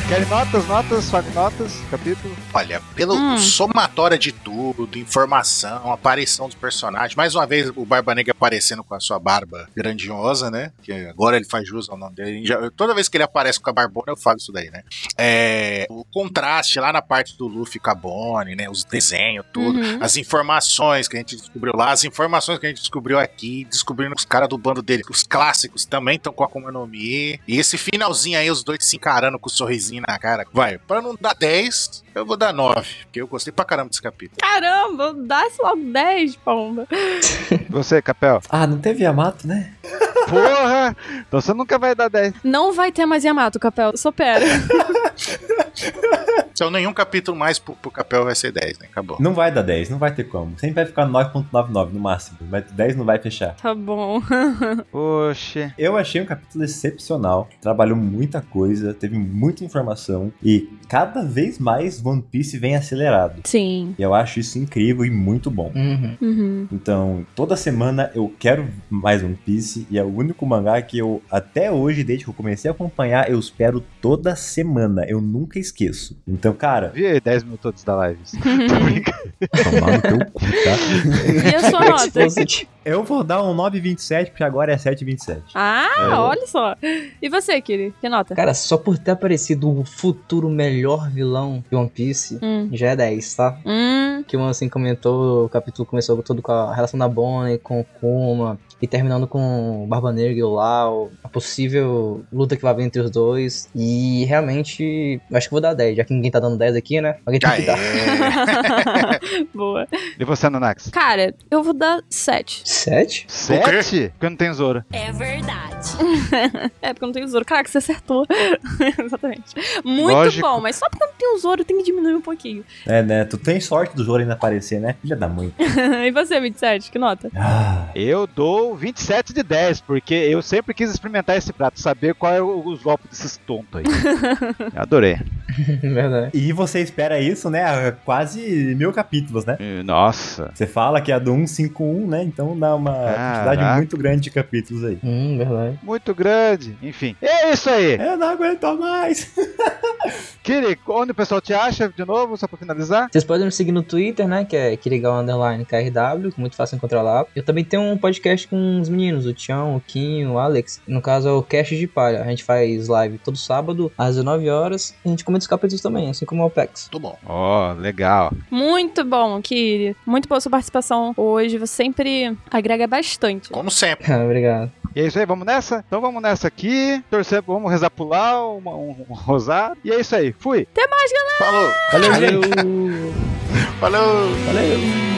Speaker 1: Querem notas, notas, sobe notas, capítulo?
Speaker 2: Olha, pelo
Speaker 4: Hum.
Speaker 2: somatória de tudo, informação, aparição dos personagens. Mais uma vez, o Barba Negra aparecendo com a sua barba grandiosa, né? Que agora ele faz jus ao nome dele. Já- toda vez que ele aparece com a barbona, eu falo isso daí, né? É, o contraste lá na parte do Luffy com a Bonnie, né? Os desenhos, tudo.
Speaker 4: Uhum.
Speaker 2: As informações que a gente descobriu lá, as informações que a gente descobriu aqui, descobrindo os caras do bando dele, os clássicos também estão com a Akuma no Mi. E esse finalzinho aí, os dois se encarando com o sorrisinho na cara. Vai, pra não dar 10, eu vou dar 9, porque eu gostei pra caramba desse capítulo.
Speaker 4: Caramba, dá-se logo 10, pomba.
Speaker 1: Você, Capel.
Speaker 3: Ah, não teve Yamato, né?
Speaker 1: Porra! Então você nunca vai dar 10.
Speaker 4: Não vai ter mais Yamato, Capel. Supera.
Speaker 2: Então nenhum capítulo mais pro, pro Capel vai ser 10, né? Acabou.
Speaker 3: Não vai dar 10, não vai ter como. Sempre vai ficar 9.99 no máximo. Mas 10 não vai fechar.
Speaker 4: tá bom.
Speaker 1: Poxa.
Speaker 3: Eu achei um capítulo excepcional. Trabalhou muita coisa, teve muita informação. E cada vez mais One Piece vem acelerado.
Speaker 4: Sim.
Speaker 3: E eu acho isso incrível e muito bom.
Speaker 5: Uhum.
Speaker 4: Uhum.
Speaker 3: Então, toda semana eu quero mais One Piece e é o único mangá que eu, até hoje, desde que eu comecei a acompanhar, eu espero toda semana. Eu nunca esqueço. Então, cara,
Speaker 1: Vi aí 10 minutos antes da live.
Speaker 3: tomar no teu cu, tá?
Speaker 4: E a sua nota?
Speaker 3: Eu vou dar um 9,27, porque agora é 7,27.
Speaker 4: Ah,
Speaker 3: É.
Speaker 4: olha só. E você, Kiri? Que nota?
Speaker 5: Cara, só por ter aparecido o futuro melhor vilão de One Piece,
Speaker 4: Hum.
Speaker 5: já é 10, tá?
Speaker 4: Hum.
Speaker 5: Que o assim comentou, o capítulo começou todo com a relação da Bonnie, com o Kuma, e terminando com o Barba Negra e o Lau, a possível luta que vai haver entre os dois. E realmente, eu acho que vou dar 10, já que ninguém tá dando 10 aqui, né? Alguém tem
Speaker 2: Já
Speaker 5: que dar.
Speaker 2: é.
Speaker 4: Boa.
Speaker 1: E você, Nanax?
Speaker 4: Cara, eu vou dar 7.
Speaker 5: 7?
Speaker 1: 7? Porque eu não tenho Zoro.
Speaker 7: É verdade.
Speaker 4: É, porque eu não tenho Zoro. Caraca, você acertou. Exatamente. Muito
Speaker 1: Lógico.
Speaker 4: bom, mas só porque eu não tenho Zoro, tem que diminuir um pouquinho.
Speaker 3: É, né? Tu tem sorte do Joro ainda aparecer, né? Filha da mãe.
Speaker 4: e você, 27, que nota?
Speaker 3: Ah,
Speaker 1: Eu dou 27 de 10, porque eu sempre quis experimentar esse prato, saber qual é o- os golpes desses tontos aí. Eu adorei.
Speaker 5: Verdade.
Speaker 3: e você espera isso, né? há Quase mil capítulos, né?
Speaker 1: Eh, Nossa.
Speaker 3: Você fala que é a do 151, né? Então dá uma
Speaker 1: Caraca.
Speaker 3: quantidade muito grande de capítulos aí.
Speaker 5: Hum, verdade.
Speaker 1: Muito grande. Enfim. É isso aí.
Speaker 3: Eu não aguento mais.
Speaker 1: Kiri, onde o pessoal te acha de novo, só pra finalizar?
Speaker 5: Vocês podem me seguir no Twitter, né? Que é Kirigal Underline KRW, que é muito fácil encontrar lá. Eu também tenho um podcast com os meninos, o Tião, o Quinho, o Alex. No caso é o Cast de Palha. A gente faz live todo sábado, às 19 horas. A gente recomendo os capítulos também, assim como o Apex.
Speaker 2: Muito bom.
Speaker 1: Ó, legal.
Speaker 4: Muito bom, Kiri. Muito boa sua participação hoje. Você sempre agrega bastante.
Speaker 2: Como sempre.
Speaker 5: Ah, Obrigado.
Speaker 1: E é isso aí, vamos nessa? Então vamos nessa aqui. Torcer, vamos rezar pro Lau, uma- um, um rosário. E é isso aí, fui.
Speaker 2: Falou.
Speaker 5: Valeu,
Speaker 2: Valeu.
Speaker 5: valeu.
Speaker 2: Falou.
Speaker 5: valeu.